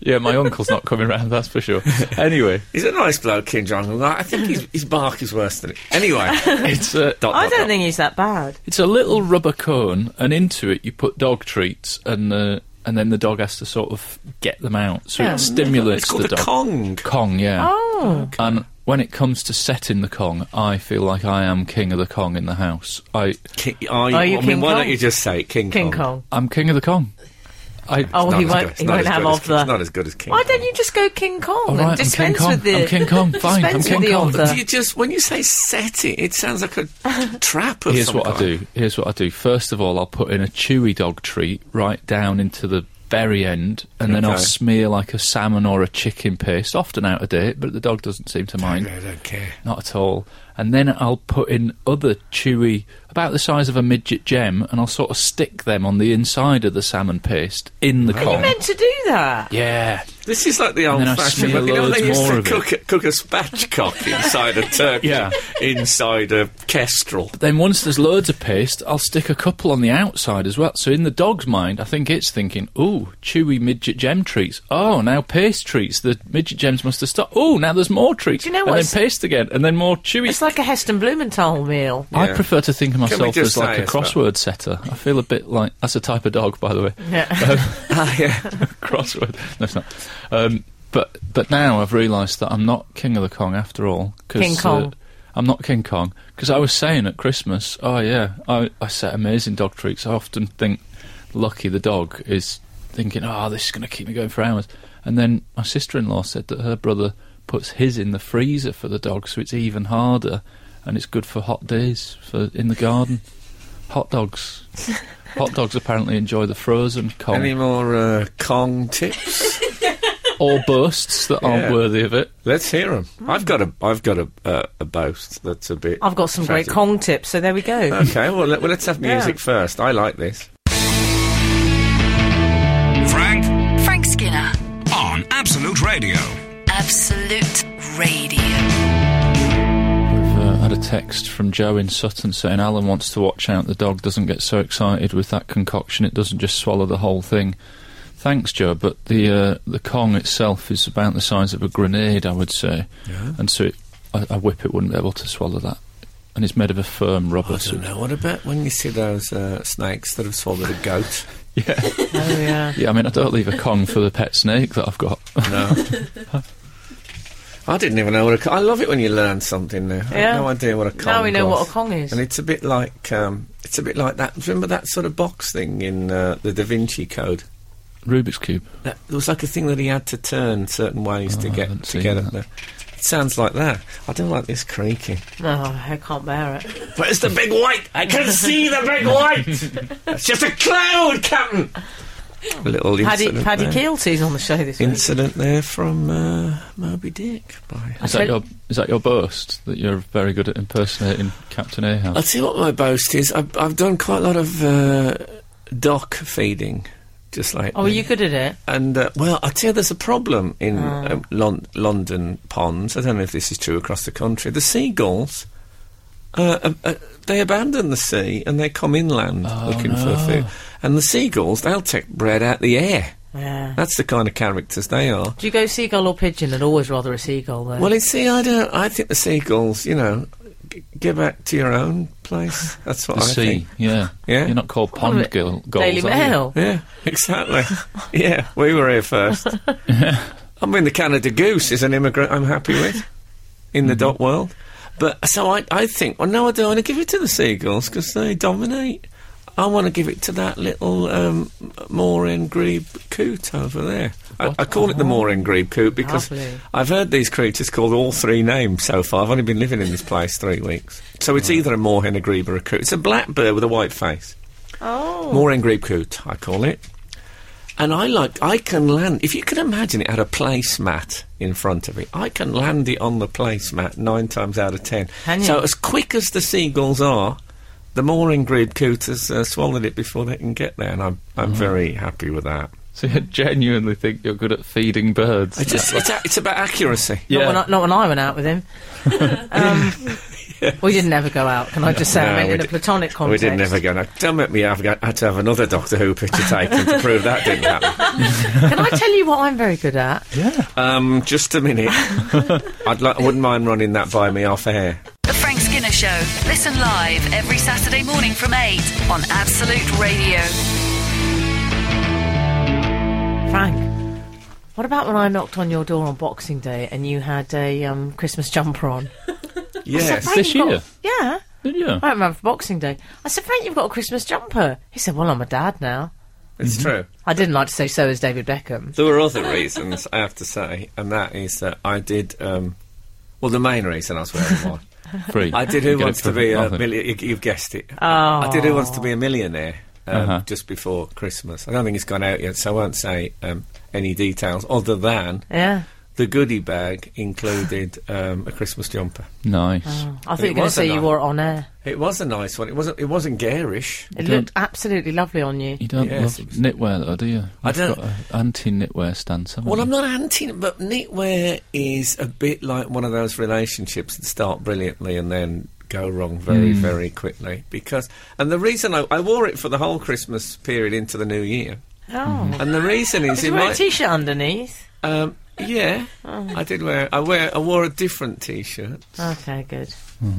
C: yeah, my uncle's not coming round. That's for sure. Anyway,
B: He's a nice bloke, Kim Jong Un. I think his, his bark is worse than it. Anyway,
C: it's a
B: dot,
D: I
B: dot,
D: don't
B: dot.
D: think he's that bad.
C: it's a little rubber cone, and into it you put dog treats, and uh, and then the dog has to sort of get them out. So
D: Yeah.
C: it stimulates
B: it's called
C: the
B: a
C: dog.
B: Kong.
C: Kong, yeah.
D: Oh,
C: And when it comes to setting the Kong, I feel like I am king of the Kong in the house. I
B: Ki- Are you,
D: Are Oh, you
B: I mean,
D: King
B: why
D: Kong?
B: don't you just say it? King,
D: King
B: Kong?
D: Kong.
C: I'm king of the Kong. I,
D: Oh,
B: Not
D: he
B: as
D: won't.
B: good- it's
D: He
B: not
D: won't
B: as
D: have
B: good as
D: of
B: King-
D: the.
B: It's not as good as King.
D: Why
B: Kong.
D: don't you just go King Kong
C: all
D: and
C: right, I'm King
D: dispense
C: Kong.
D: with the?
C: I'm King Kong. Fine, I'm
D: dispense
C: King
D: with the
C: Kong.
D: author.
B: Do you just when you say set it, it sounds like a trap. Of
C: Here's
B: some
C: what
B: kind.
C: I do. Here's what I do. First of all, I'll put in a chewy dog treat right down into the very end, and then I'll
B: Okay.
C: smear like a salmon or a chicken paste, often out of date, but the dog doesn't seem to mind.
B: I don't care.
C: Not at all. And then I'll put in other chewy, about the size of a midget gem, and I'll sort of stick them on the inside of the salmon paste in the
D: You
C: con.
D: meant to do that.
C: Yeah.
B: This is like the
C: And
B: old
C: then I
B: fashioned.
C: smear
B: You know,
C: loads
B: they used
C: more
B: to
C: of it.
B: cook, a- cook a spatchcock inside a turkey,
C: Yeah.
B: inside a kestrel.
C: Then once there's loads of paste, I'll stick a couple on the outside as well. So in the dog's mind, I think it's thinking, "Ooh, chewy midget gem treats. Oh, now paste treats. The midget gems must have stopped. Oh, now there's more treats.
D: Do you know
C: and
D: what?
C: then paste again, and then more chewy.
D: It's like a Heston Blumenthal meal.
C: I
B: Yeah.
C: prefer to think of
B: we
C: myself
B: just
C: as like
B: say
C: a
B: as well?
C: crossword setter. I feel a bit like that's a type of dog, by the way.
D: Yeah.
B: Ah, yeah.
C: crossword. No, it's not. Um, but but now I've realised that I'm not King of the Kong after all. 'cause, uh,
D: King Kong.
C: I'm not King Kong because I was saying at Christmas, oh yeah, I, I set amazing dog treats. I often think Lucky the dog is thinking, oh, this is going to keep me going for hours. And then my sister-in-law said that her brother puts his in the freezer for the dog, so it's even harder, and it's good for hot days for in the garden. Hot dogs. Hot dogs apparently enjoy the frozen Kong
B: Any more uh, Kong tips?
C: or bursts that
B: Yeah.
C: aren't worthy of it.
B: Let's hear them. I've got a, I've got a, uh, a boast that's a bit.
D: I've got some great
B: tragic.
D: Kong tips, so there we go.
B: Okay, well, let, well let's have music
D: Yeah.
B: first. I like this.
E: Frank
A: Frank Skinner,
E: on Absolute Radio.
A: Absolute Radio.
C: I've uh, had a text from Joe in Sutton saying Alan wants to watch out the dog doesn't get so excited with that concoction it doesn't just swallow the whole thing. Thanks, Joe, but the uh, the Kong itself is about the size of a grenade, I would say, and so it, a, a whippet wouldn't be able to swallow that. And it's made of a firm rubber.
B: I
C: so-
B: don't know. What about when you see those uh, snakes that have swallowed a goat?
C: Yeah,
D: Oh yeah.
C: yeah. I mean, I don't leave a Kong for the pet snake that I've got.
B: No. I didn't even know what a Kong. I love it when you learn something new. I
D: Yeah.
B: had no idea what a Kong.
D: Now we know
B: was.
D: what a Kong is.
B: And it's a bit like um, it's a bit like that. Do you remember that sort of box thing in uh, the Da Vinci Code?
C: Rubik's cube.
B: That, there was like a thing that he had to turn certain ways to
C: Oh, I
B: get
C: haven't
B: to
C: seen
B: get up
C: that.
B: there. It sounds like that. I don't like this creaking.
D: No, Oh, I can't bear it.
B: Where's the big white? I can see the big white. It's just a cloud, Captain. A little
D: Paddy
B: incident
D: Paddy
B: there.
D: Keelty's on the show this week.
B: Incident there from uh, Moby Dick. By
D: I
C: Is that
D: said-
C: your is that your boast that you're very good at impersonating Captain Ahab?
B: I'll tell you what my boast is. I've, I've done quite a lot of uh, dock feeding, just like.
D: Oh, are you good at it?
B: And uh, well, I tell you, there's a problem in
C: Ah.
B: um, Lon- London ponds. I don't know if this is true across the country. The seagulls, uh, uh, uh, they abandon the sea and they come inland
C: Oh,
B: looking for
C: no.
B: food. And the seagulls, they'll take bread out the air.
D: Yeah.
B: That's the kind of characters they are.
D: Do you go seagull or pigeon? I'd always rather a seagull though.
B: Well, you see, I don't. I think the seagulls, you know, g- get back to your own place. That's what
C: The
B: I
C: sea,
B: think.
C: yeah.
B: Yeah.
C: You're not called pond
D: Well,
C: girl, goals,
D: Daily
C: are you?
D: Mail.
B: Yeah, exactly. yeah, we were here first. I mean, the Canada Goose is an immigrant I'm happy with in the dot world. But so I, I think, well, no, I don't want to give it to the seagulls because they dominate. I want to give it to that little um, Maureen grebe coot over there. I,
C: What?
B: I call it the Maureen grebe coot because
D: Lovely.
B: I've heard these creatures called all three names so far. I've only been living in this place three weeks. So it's either a moorhen, a grebe, or a coot. It's a blackbird with a white face.
D: Oh.
B: More Grebe Coot, I call it. And I like, I can land, if you can imagine it had a placemat in front of it, I can land it on the placemat nine times out of ten.
D: Can you?
B: So as quick as the seagulls are, the mooring grebe coot has uh, swallowed it before they can get there, and I'm, I'm
D: Mm-hmm.
B: very happy with that.
C: So you genuinely think you're good at feeding birds?
B: It's, just, it's, a, it's about accuracy.
D: Not, when I, not when I went out with him. um, We didn't ever go out. Can I just say? I
B: No,
D: meant
B: we
D: in a
B: di-
D: platonic
B: We
D: context.
B: didn't ever go. Now, don't make me have, go- had to have another Doctor Who picture taken to prove that didn't happen.
D: Can I tell you what I'm very good at?
C: yeah.
B: Um, just a minute. I'd like, I wouldn't mind running that by me off air.
A: The Frank Skinner Show. Listen live every Saturday morning from 8 on Absolute Radio.
D: Frank, what about when I knocked on your door on Boxing Day and you had a um, Christmas jumper on?
B: Yes.
D: Frank,
C: This
D: you've got-
C: year?
D: Yeah.
C: Did you?
D: I remember Boxing Day. I said, Frank, you've got a Christmas jumper. He said, Well, I'm a dad now.
B: It's true.
D: I didn't like to say so is David Beckham.
B: There were other reasons, I have to say, and that is that I did. Um, well, the main reason I was wearing one.
C: Free.
B: I did
C: You
B: Who
C: get it
B: Wants to
C: for
B: Be a
C: nothing.
B: Millionaire. You've guessed it.
D: Oh.
B: I did Who Wants to Be a Millionaire um,
C: Uh-huh.
B: just before Christmas. I don't think it's gone out yet, so I won't say um, any details other than
D: Yeah.
B: the goodie bag included um, a Christmas jumper.
C: Nice.
D: I thought you were going to
B: was a
D: say you
B: nice-
D: wore it on air.
B: It was a nice one. It wasn't. It wasn't garish.
D: It
C: Don't-
D: looked absolutely lovely on you.
B: Mm.
C: You don't
B: Yes,
C: love
B: it was-
C: knitwear, though, do you?
B: I
C: You've
B: don't-
C: Got an anti-knitwear stance, haven't
B: Well,
C: you?
B: I'm not anti, but knitwear is a bit like one of those relationships that start brilliantly and then go wrong very,
D: Hmm.
B: very quickly. Because, and the reason I, I wore it for the whole Christmas period into the new year,
D: Oh.
B: Mm. and the reason is
D: Did
B: it
D: you wear a Oh.
B: might,
D: t-shirt underneath?
B: um, yeah, I did wear, I wear, I wore a different t-shirt
D: Okay, good.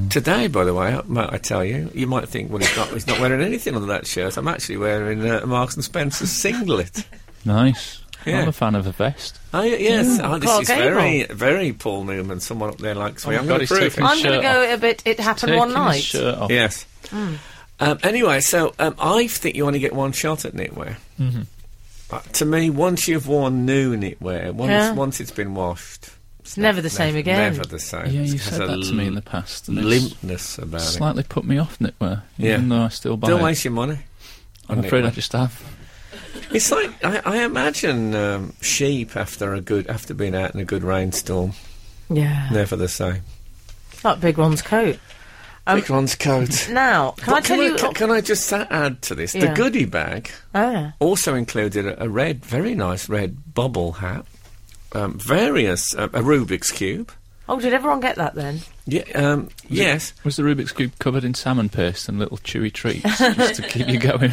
B: today. By the way, might I tell you, you might think, well, he's not, he's not wearing anything under that shirt. I'm actually wearing uh, Marks and Spencer's singlet.
C: Nice.
B: Yeah.
C: I'm a fan of a vest.
B: I, yes, oh, this
D: Clark
B: is
D: Hmm. Gable.
B: very, very Paul Newman. Someone up there likes me.
C: Oh my
B: I'm
C: God,
B: going
C: he's
B: to prove
C: taken
B: it.
D: I'm going
C: shirt
D: to go a bit. It happened
C: Taking
D: one
C: his
D: night.
C: shirt off.
B: Yes. Um, anyway, so um, I think you only get one shot at knitwear.
C: Mm-hmm.
B: Uh, to me, once you've worn new knitwear, once
D: Yeah.
B: once it's been washed,
D: It's never the same again.
B: Never the same.
C: Yeah, you
B: It's
C: said
B: a
C: that to me in the past. And it's
B: Limpness about
C: slightly put me off knitwear,
B: Yeah.
C: even though I still
B: it.
C: buy
B: Don't
C: it.
B: waste your money.
C: I'm
B: on
C: afraid I
B: knitwear.
C: just have.
B: It's like I, I imagine um, sheep after a good after being out in a good rainstorm.
D: Yeah.
B: Never the same.
D: Like Big Ron's coat. Um,
B: Big Ron's coat.
D: Now, can I
B: But
D: tell
B: can,
D: you?
B: I, can, can I just a- add to this?
D: Yeah.
B: The goodie bag
D: oh, yeah.
B: also included a, a red, very nice red bubble hat, um, various uh, a Rubik's cube.
D: Oh, did everyone get that then?
B: Yeah, um, yes,
C: Was the Rubik's Cube covered in salmon paste and little chewy treats just to keep you going?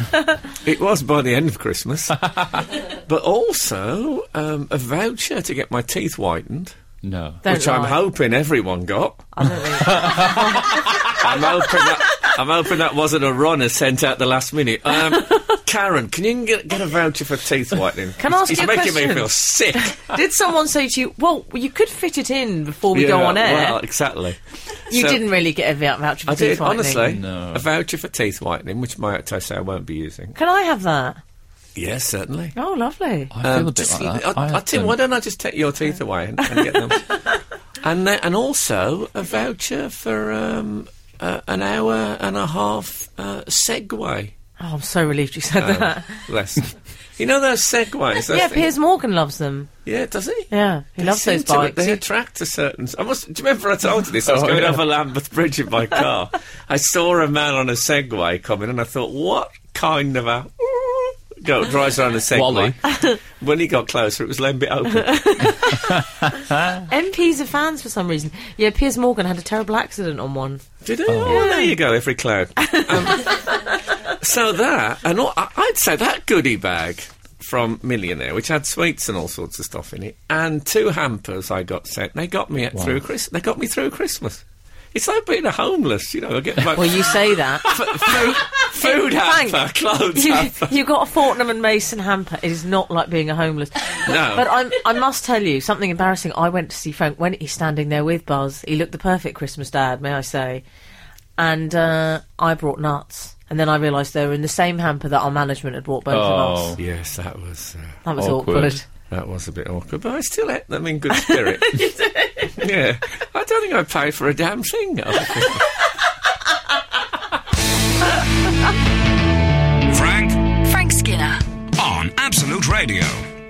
B: it was by the end of Christmas, but also um, a voucher to get my teeth whitened,
C: No.
D: Don't
B: which I'm
D: lie.
B: hoping everyone got. I'm hoping that I'm hoping that wasn't a runner sent out the last minute. Um, Karen, can you get, get a voucher for teeth whitening?
D: Can I ask
B: it's,
D: you a
B: it's making me
D: question?
B: feel sick.
D: Did someone say to you, "Well, you could fit it in before we go
B: Yeah,
D: on air"?
B: Well, exactly.
D: you
B: So-
D: didn't really get a vou- voucher for
B: I
D: teeth
B: did,
D: whitening.
B: honestly.
C: No.
B: A voucher for teeth whitening, which my I say I won't be using.
D: Can I have that?
B: Yes, certainly.
D: Oh, lovely.
C: I
B: Um,
C: feel a bit
B: just-
C: like that.
B: I, I,
C: had
B: tell you,
C: them.
B: why don't I just take your teeth away and, and get them? and then, and also a voucher for um, uh, an hour and a half uh, Segway
D: Oh, I'm so relieved you said
B: um,
D: that.
B: lesson. You know those Segways? Those
D: yeah,
B: things-
D: Piers Morgan loves them.
B: Yeah, does he?
D: Yeah, he
B: They
D: loves
B: seem
D: those
B: to-
D: bikes.
B: They
D: He-
B: attract a certain. I must. Do you remember I told you this? I was
C: Oh,
B: going
C: yeah.
B: over Lambeth Bridge in my car. I saw a man on a Segway coming, and I thought, what kind of a go drives around a Segway? when he got closer, it was laying a bit open.
D: MPs are fans for some reason. Yeah, Piers Morgan had a terrible accident on one.
B: Did he? Oh, there you go, every cloud. Um, so that, and all, I- I'd say that goodie bag from Millionaire, which had sweets and all sorts of stuff in it, and two hampers I got sent. They got me through Chris. They got me through Christmas. It's like being a homeless, you know. I get like,
D: Well, you say that.
B: F- food, food
D: Frank,
B: hamper, clothes
D: you,
B: hamper.
D: you got a Fortnum and Mason hamper. It is not like being a homeless.
B: No.
D: But I'm, I must tell you something embarrassing. I went to see Frank when he's standing there with Buzz. He looked the perfect Christmas dad, may I say. And uh, I brought nuts. And then I realised they were in the same hamper that our management had brought both
C: Oh.
D: of us.
B: Yes, that was uh,
D: That was awkward.
C: Awkward.
B: that was a bit awkward, but I still ate them in good spirit. yeah, I don't think I paid for a damn thing.
E: Frank
A: Frank Skinner,
E: on Absolute Radio.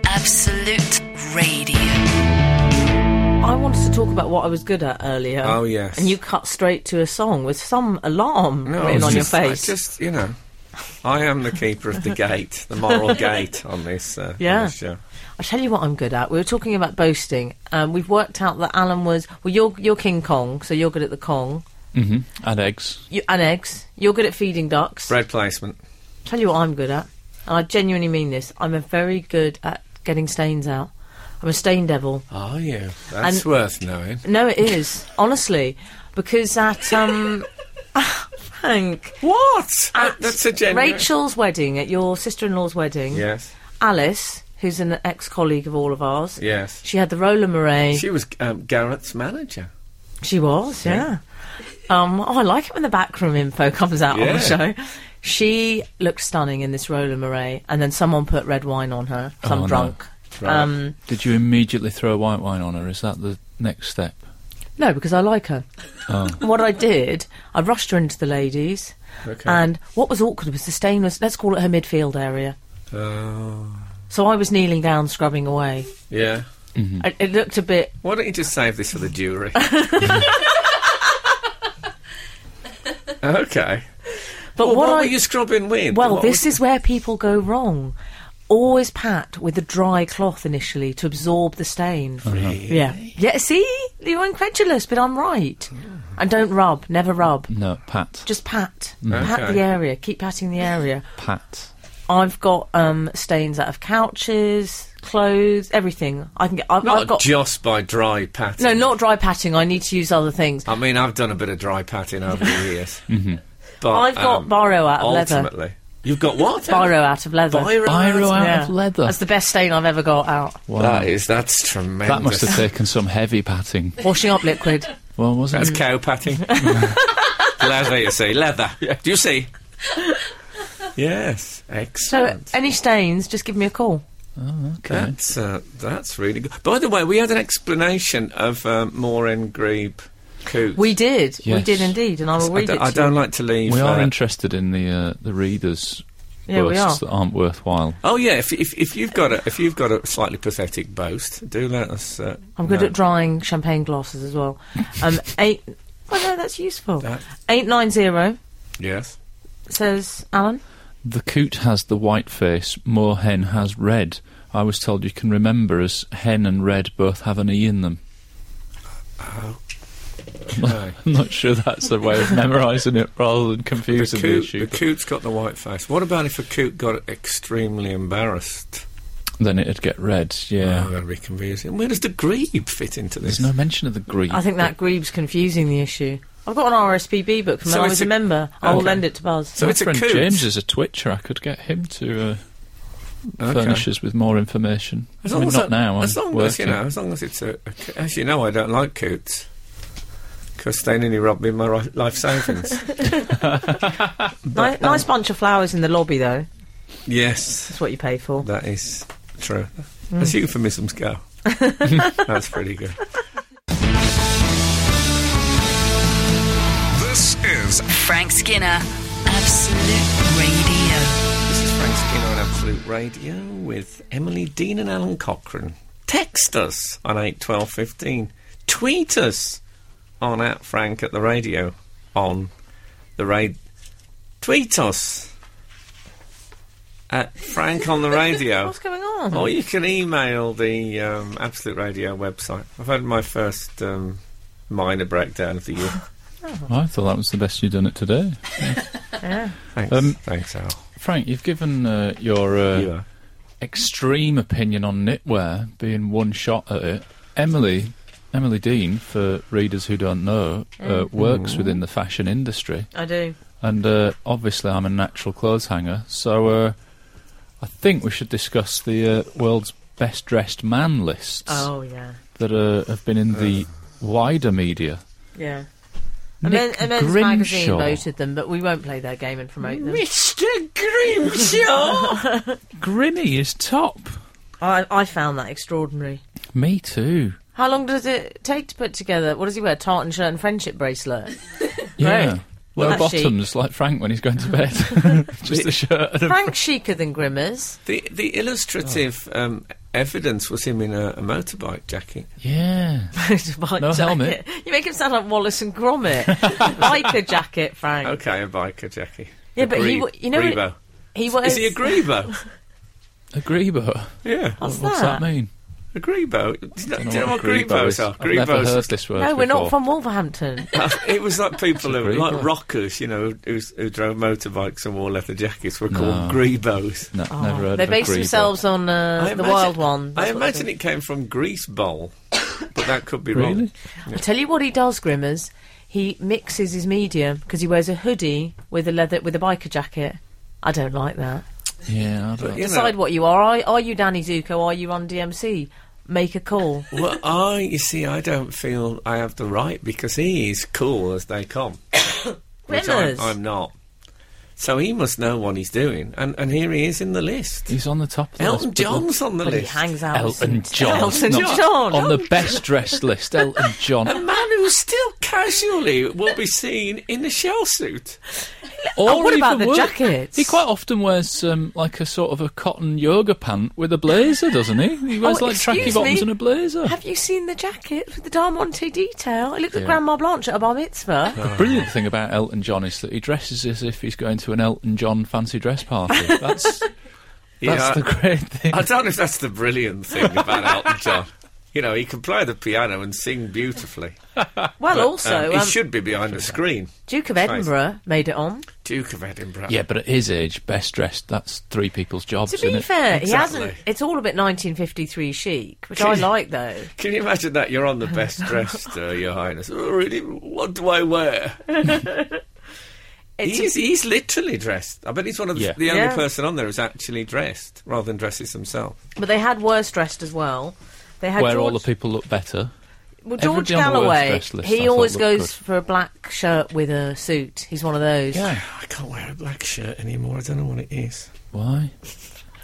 A: Absolute Radio.
D: I wanted to talk about what I was good at earlier.
B: Oh, yes.
D: And you cut straight to a song with some alarm written
B: it's
D: on your
B: just- I
D: face.
B: just you know, I am the keeper of the gate, the moral gate on this. Uh, on
D: Yeah.
B: this show.
D: I tell you what I'm good at. We were talking about boasting, and we've worked out that Alan was well. You're you're King Kong, so you're good at the Kong
C: hmm And eggs.
D: you, and eggs. You're good at feeding ducks.
B: bread placement.
D: Tell you what I'm good at, and I genuinely mean this. I'm a very good at getting stains out. I'm a stain devil.
B: Are you? That's
D: And-
B: worth knowing.
D: No, it is honestly because at um, Frank,
B: What?
D: at
B: That's a genuine.
D: Rachel's wedding, at your sister-in-law's wedding,
B: Yes,
D: Alice, who's an ex-colleague of all of ours,
B: yes.
D: she had the roller moray.
B: She was um, Garrett's manager.
D: She was, yeah. Um, oh, I like it when the backroom info comes out on
B: Yeah.
D: the show. She looked stunning in this roller marae, and then someone put red wine on her.
C: Oh,
D: Some
C: no.
D: drunk.
B: Right.
D: Um,
C: Did you immediately throw white wine on her? Is that the next step?
D: no, because I like her.
C: Oh.
D: And what I did, I rushed her into the ladies.
B: Okay.
D: And what was awkward was the stain was, let's call it her midfield area.
B: Oh.
D: So I was kneeling down, scrubbing away.
B: Yeah.
D: I, it looked a bit.
B: Why don't you just save this for the jury? okay.
D: But
B: Well,
D: what,
B: what
D: I
B: were you scrubbing with?
D: well,
B: What
D: this
B: was-
D: is where people go wrong. Always pat with a dry cloth initially to absorb the stain.
B: Uh-huh.
D: Yeah. Yeah, see? You're incredulous, but I'm right.
B: Mm.
D: And don't rub, never rub.
C: No, pat.
D: Just pat.
B: Mm.
D: Pat
B: Okay.
D: the area. Keep patting the area.
C: pat.
D: I've got um, stains out of couches, clothes, everything. I can get. I've,
B: not
D: I've got.
B: just by dry patting.
D: no, not dry patting. I need to use other things.
B: I mean, I've done a bit of dry patting over the years.
C: Mm-hmm.
B: But
D: I've got
B: um,
D: Biro out of leather.
B: ultimately. You've got what?
D: Biro out of leather.
B: Biro.
C: Biro out
D: Yeah.
C: of leather.
D: That's the best stain I've ever got out.
C: Wow.
B: That is that's tremendous.
C: That must have taken some heavy patting.
D: Washing up liquid.
C: Well, wasn't
B: That's
C: it?
B: cow patting. leather, you see, leather. Do you see? yes,
D: So,
B: excellent.
D: any stains, just give me a call.
C: Oh, okay.
B: That's uh, that's really good. By the way, we had an explanation of uh, Maureen Grebe Coots.
D: We did. We
C: Yes.
D: did indeed, and I will
B: I,
D: read
B: d-
D: it
B: I
D: to
B: don't
D: you.
B: like to leave.
C: We are
B: uh,
C: interested in the uh, the readers'
D: Yeah, we
C: bursts
D: are.
C: that aren't worthwhile.
B: oh yeah, if, if if you've got a if you've got a slightly pathetic boast, do let us. Uh,
D: I'm good
B: know.
D: at drying champagne glasses as well. Um, eight. Oh no, that's useful.
B: That-
D: Eight nine zero
B: Yes.
D: says Alan.
C: The coot has the white face, more hen has red. I was told you can remember as hen and red both have an E in them.
B: No.
C: I'm not sure that's a way of memorising it rather than
B: The,
C: confusing the,
B: coot,
C: issue.
B: the coot's got the white face. What about if a coot got extremely embarrassed?
C: Then it'd get red, yeah.
B: Oh, that'd be confusing. Where does the grebe fit into this?
C: There's no mention of the green.
D: I think that Grebe's confusing the issue. I've got an RSPB book from
B: So
D: when
B: it's
D: I was
B: a-
D: a member. I will
B: okay.
D: lend it to Buzz.
B: So
C: My
B: it's a
C: friend
B: coot.
C: James is a twitcher. I could get him to uh,
B: Okay.
C: furnish us with more information.
B: As
C: I
B: long
C: mean,
B: as
C: not
B: I-
C: now.
B: As
C: I'm
B: long as you
C: working.
B: know, as long as it's a, a co- as you know, I don't like coots because they nearly robbed me of my ri- life savings.
D: Ni- nice bunch of flowers in the lobby, though.
B: yes,
D: That's what you pay for.
B: that is true. As euphemisms go, that's pretty good.
E: This is
A: Frank Skinner, Absolute Radio.
B: This is Frank Skinner on Absolute Radio with Emily Dean and Alan Cochrane. Text us on eight twelve fifteen. Tweet us on at Frank at the radio on the radio. Tweet us at Frank on the radio.
D: What's going on?
B: Or you can email the um, Absolute Radio website. I've had my first um, minor breakdown of the year.
C: Well, I thought that was the best you'd done it today.
B: Thanks,
C: Um,
B: thanks, Al.
C: Frank, you've given uh, your
D: um,
C: uh,
B: You are.
C: extreme opinion on knitwear being one shot at it. Emily, Emily Dean, for readers who don't know,
D: Mm.
C: uh,
B: Mm.
C: works within the fashion industry,
D: I do.
C: and uh, obviously I'm a natural clothes hanger. So uh, I think we should discuss the uh, world's best dressed man lists
D: Oh yeah,
C: that uh, have been in the wider media.
D: yeah. A, men-
C: Nick
D: a men's magazine
C: Grinshaw.
D: voted them, but we won't play their game and promote them.
B: Mr. Grimshaw!
C: Grinny is top.
D: I, I found that extraordinary.
C: Me too.
D: How long does it take to put together? What does he wear? Tartan shirt and friendship bracelet.
C: Yeah.
D: Right.
C: Low
D: That's chic.
C: bottoms, like Frank when he's going to bed. Just a shirt and a
D: Frank chicer than Grimmers.
B: the, the illustrative
C: Oh.
B: um, evidence was him in a, a motorbike jacket.
C: Yeah.
D: Motorbike
C: No
D: jacket.
C: helmet.
D: You make him sound like Wallace and Gromit. Biker jacket, Frank.
B: Okay, a biker jacket.
D: Yeah,
B: A
D: but he
B: grebe-
D: w- you know what-
B: grebo.
D: He wears.
B: Is he a grebo?
C: A grebo.
B: yeah,
D: What's
C: What's
D: that?
C: that mean?
B: a grebo. Do you know,
C: I
B: do you know what
C: grebo is.
B: grebos are?
C: I've never heard
B: Grebos.
C: this word
D: no, we're not
C: before.
D: from Wolverhampton.
B: it was like people
C: It's
B: who,
C: a
B: like
C: grebo.
B: rockers, you know, who, who drove motorbikes and wore leather jackets were
C: No.
B: called grebos.
C: No,
D: Oh,
C: never heard
D: they
C: of a
D: base
C: grebo.
D: themselves on uh,
B: I
D: the
B: imagine-
D: wild one.
B: I
D: That's what
B: imagine
D: they
B: it came from Grease Bowl, but that could be wrong.
C: Really?
D: do. I tell you what he does, Grimmers. He mixes his medium because he wears a hoodie with a leather with a biker jacket. I don't like that.
C: Yeah, I don't
B: You know,
D: Decide what you are. Are, are you Danny Zuko? Are you Run DMC? Make a call.
B: well, I, you see, I don't feel I have the right because he is cool as they come, which I'm,
D: Grimmers.
B: I'm not. So he must know what he's doing. And, and here he is in the list.
C: He's on the top of the
B: Elton
C: list, but the-
B: John's on the
D: But he
B: list.
D: hangs out. with
C: Elton
D: some-
C: John.
D: Elton
C: not-
D: John. Oh,
C: On the best dressed list, Elton
B: A
C: John.
B: man who still casually will be seen in a shell suit.
C: Or
D: what about
C: even
D: the
C: worse,
D: jackets?
C: He quite often wears um, like a sort of a cotton yoga pant with a blazer, doesn't he? He wears
D: Oh,
C: like
D: excuse
C: tracky bottoms
D: me?
C: and a blazer.
D: Have you seen the jacket with the Darmonte detail? It looked like
C: Yeah.
D: Grandma Blanche at a bar mitzvah.
B: uh,
C: The brilliant thing about Elton John is that he dresses as if he's going to an Elton John fancy dress party. That's that's the great thing.
B: I don't know if that's the brilliant thing about Elton John. You know, he can play the piano and sing beautifully.
D: Well,
B: But, um,
D: also,
B: he
D: um,
B: should be behind the screen.
D: Duke of Edinburgh made it on.
B: Duke of Edinburgh.
C: Yeah, but at his age, best dressed, that's three people's jobs,
D: To
C: isn't
D: be
C: it?
D: fair, he
B: Exactly.
D: hasn't. It's all a bit 1953 chic, which I like though.
B: Can you imagine that? You're on the best dressed, uh, Your Highness. Oh, really? What do I wear?
D: It's
B: He's, he's literally dressed. I bet he's one of the,
C: Yeah.
B: the only
D: Yeah.
B: person on there who's actually dressed rather than dresses himself.
D: but they had worse dressed as well. They had
C: Where
D: George,
C: all the people look better.
D: well, George
C: everybody on the worst
D: Galloway.
C: dressed list I
D: He
C: thought
D: always
C: looked
D: goes
C: good.
D: for a black shirt with a suit. He's one of those.
C: Yeah.
B: Oh, I can't wear a black shirt anymore. I don't know what it is.
C: Why?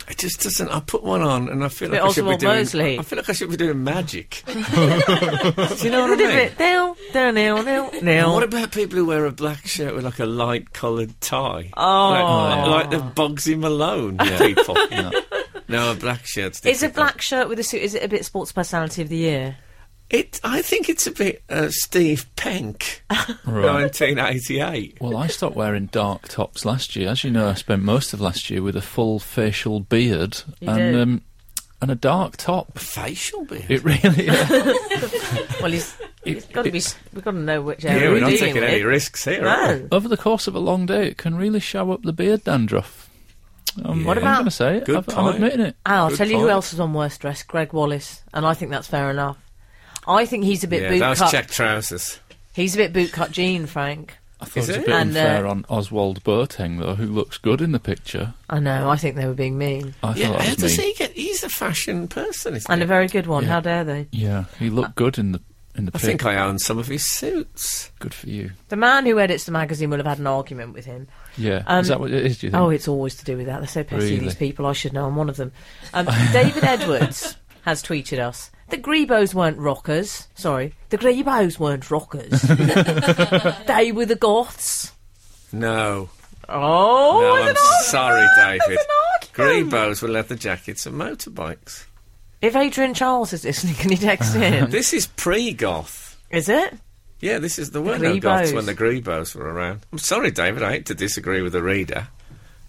B: It just doesn't. I put one on and I feel
D: bit
B: like I should be
D: Oswald
B: doing.
D: Mosley.
B: I feel like I should be doing magic. do you know
D: A
B: what I mean?
D: little bit nil, nil, nil, nil,
B: And What
D: nil.
B: about people who wear a black shirt with like a light coloured tie?
D: Oh.
B: like, like the Bugsy Malone people. no. a black shirt's
D: Is a
B: difficult.
D: black shirt with a suit? Is it a bit sports personality of the year?
B: It, I think it's a bit uh, Steve Penk,
C: Right.
B: 1988.
C: Well, I stopped wearing dark tops last year. As you know, I spent most of last year with a full facial beard
D: You
C: and
D: did.
C: um, and a dark top.
B: Facial beard.
C: It really. uh, yeah.
D: Well, he's, he's got to be. s- We've got to know which area
B: yeah,
D: we're
B: we're not
D: dealing
B: taking
D: with.
B: any risks here. are we?
D: No.
C: over the course of a long day, it can really show up the beard dandruff. Um,
B: What
C: I'm
B: about-
C: going to say it.
B: Good
C: I've- I'm
B: point.
C: admitting it.
D: Ah, I'll
B: Good
D: tell you who
B: point.
D: else was on worst dressed. Greg Wallace, and I think that's fair enough. I think he's a bit
B: Yeah,
D: boot
B: those
D: cut.
B: check trousers.
D: He's a bit boot cut Jean, Frank.
C: I thought it was
B: it?
C: a bit
D: And, uh,
C: unfair on Oswald Boateng, though, who looks good in the picture.
D: I know. I think they were being mean
C: I
B: Yeah,
C: thought
B: how
C: that was
B: does
C: mean.
B: he get? He's a fashion person, isn't
D: and
B: he?
D: a very good one.
C: Yeah.
D: How dare they?
C: Yeah, he looked good in the in the
B: I
C: pic.
B: think I own some of his suits.
C: Good for you.
D: The man who edits the magazine will have had an argument with him.
C: Yeah,
D: Um,
C: is that what it is? Do you think?
D: Oh, it's always to do with that. They're so petty.
C: Really?
D: These people. I should know. I'm one of them. Um, David Edwards has tweeted us. The Grebos weren't rockers. Sorry, the Grebos weren't rockers. they were the Goths.
B: No,
D: Oh,
B: no,
D: it's
B: I'm
D: an argument.
B: sorry, David.
D: It's an
B: Grey
D: argument.
B: bows with leather jackets and motorbikes.
D: If Adrian Charles is listening, can you text him?
B: This is pre-goth.
D: is it?
B: Yeah, this is there were no goths
D: Grebos.
B: when the Grebos were around. I'm sorry, David. I hate to disagree with the reader,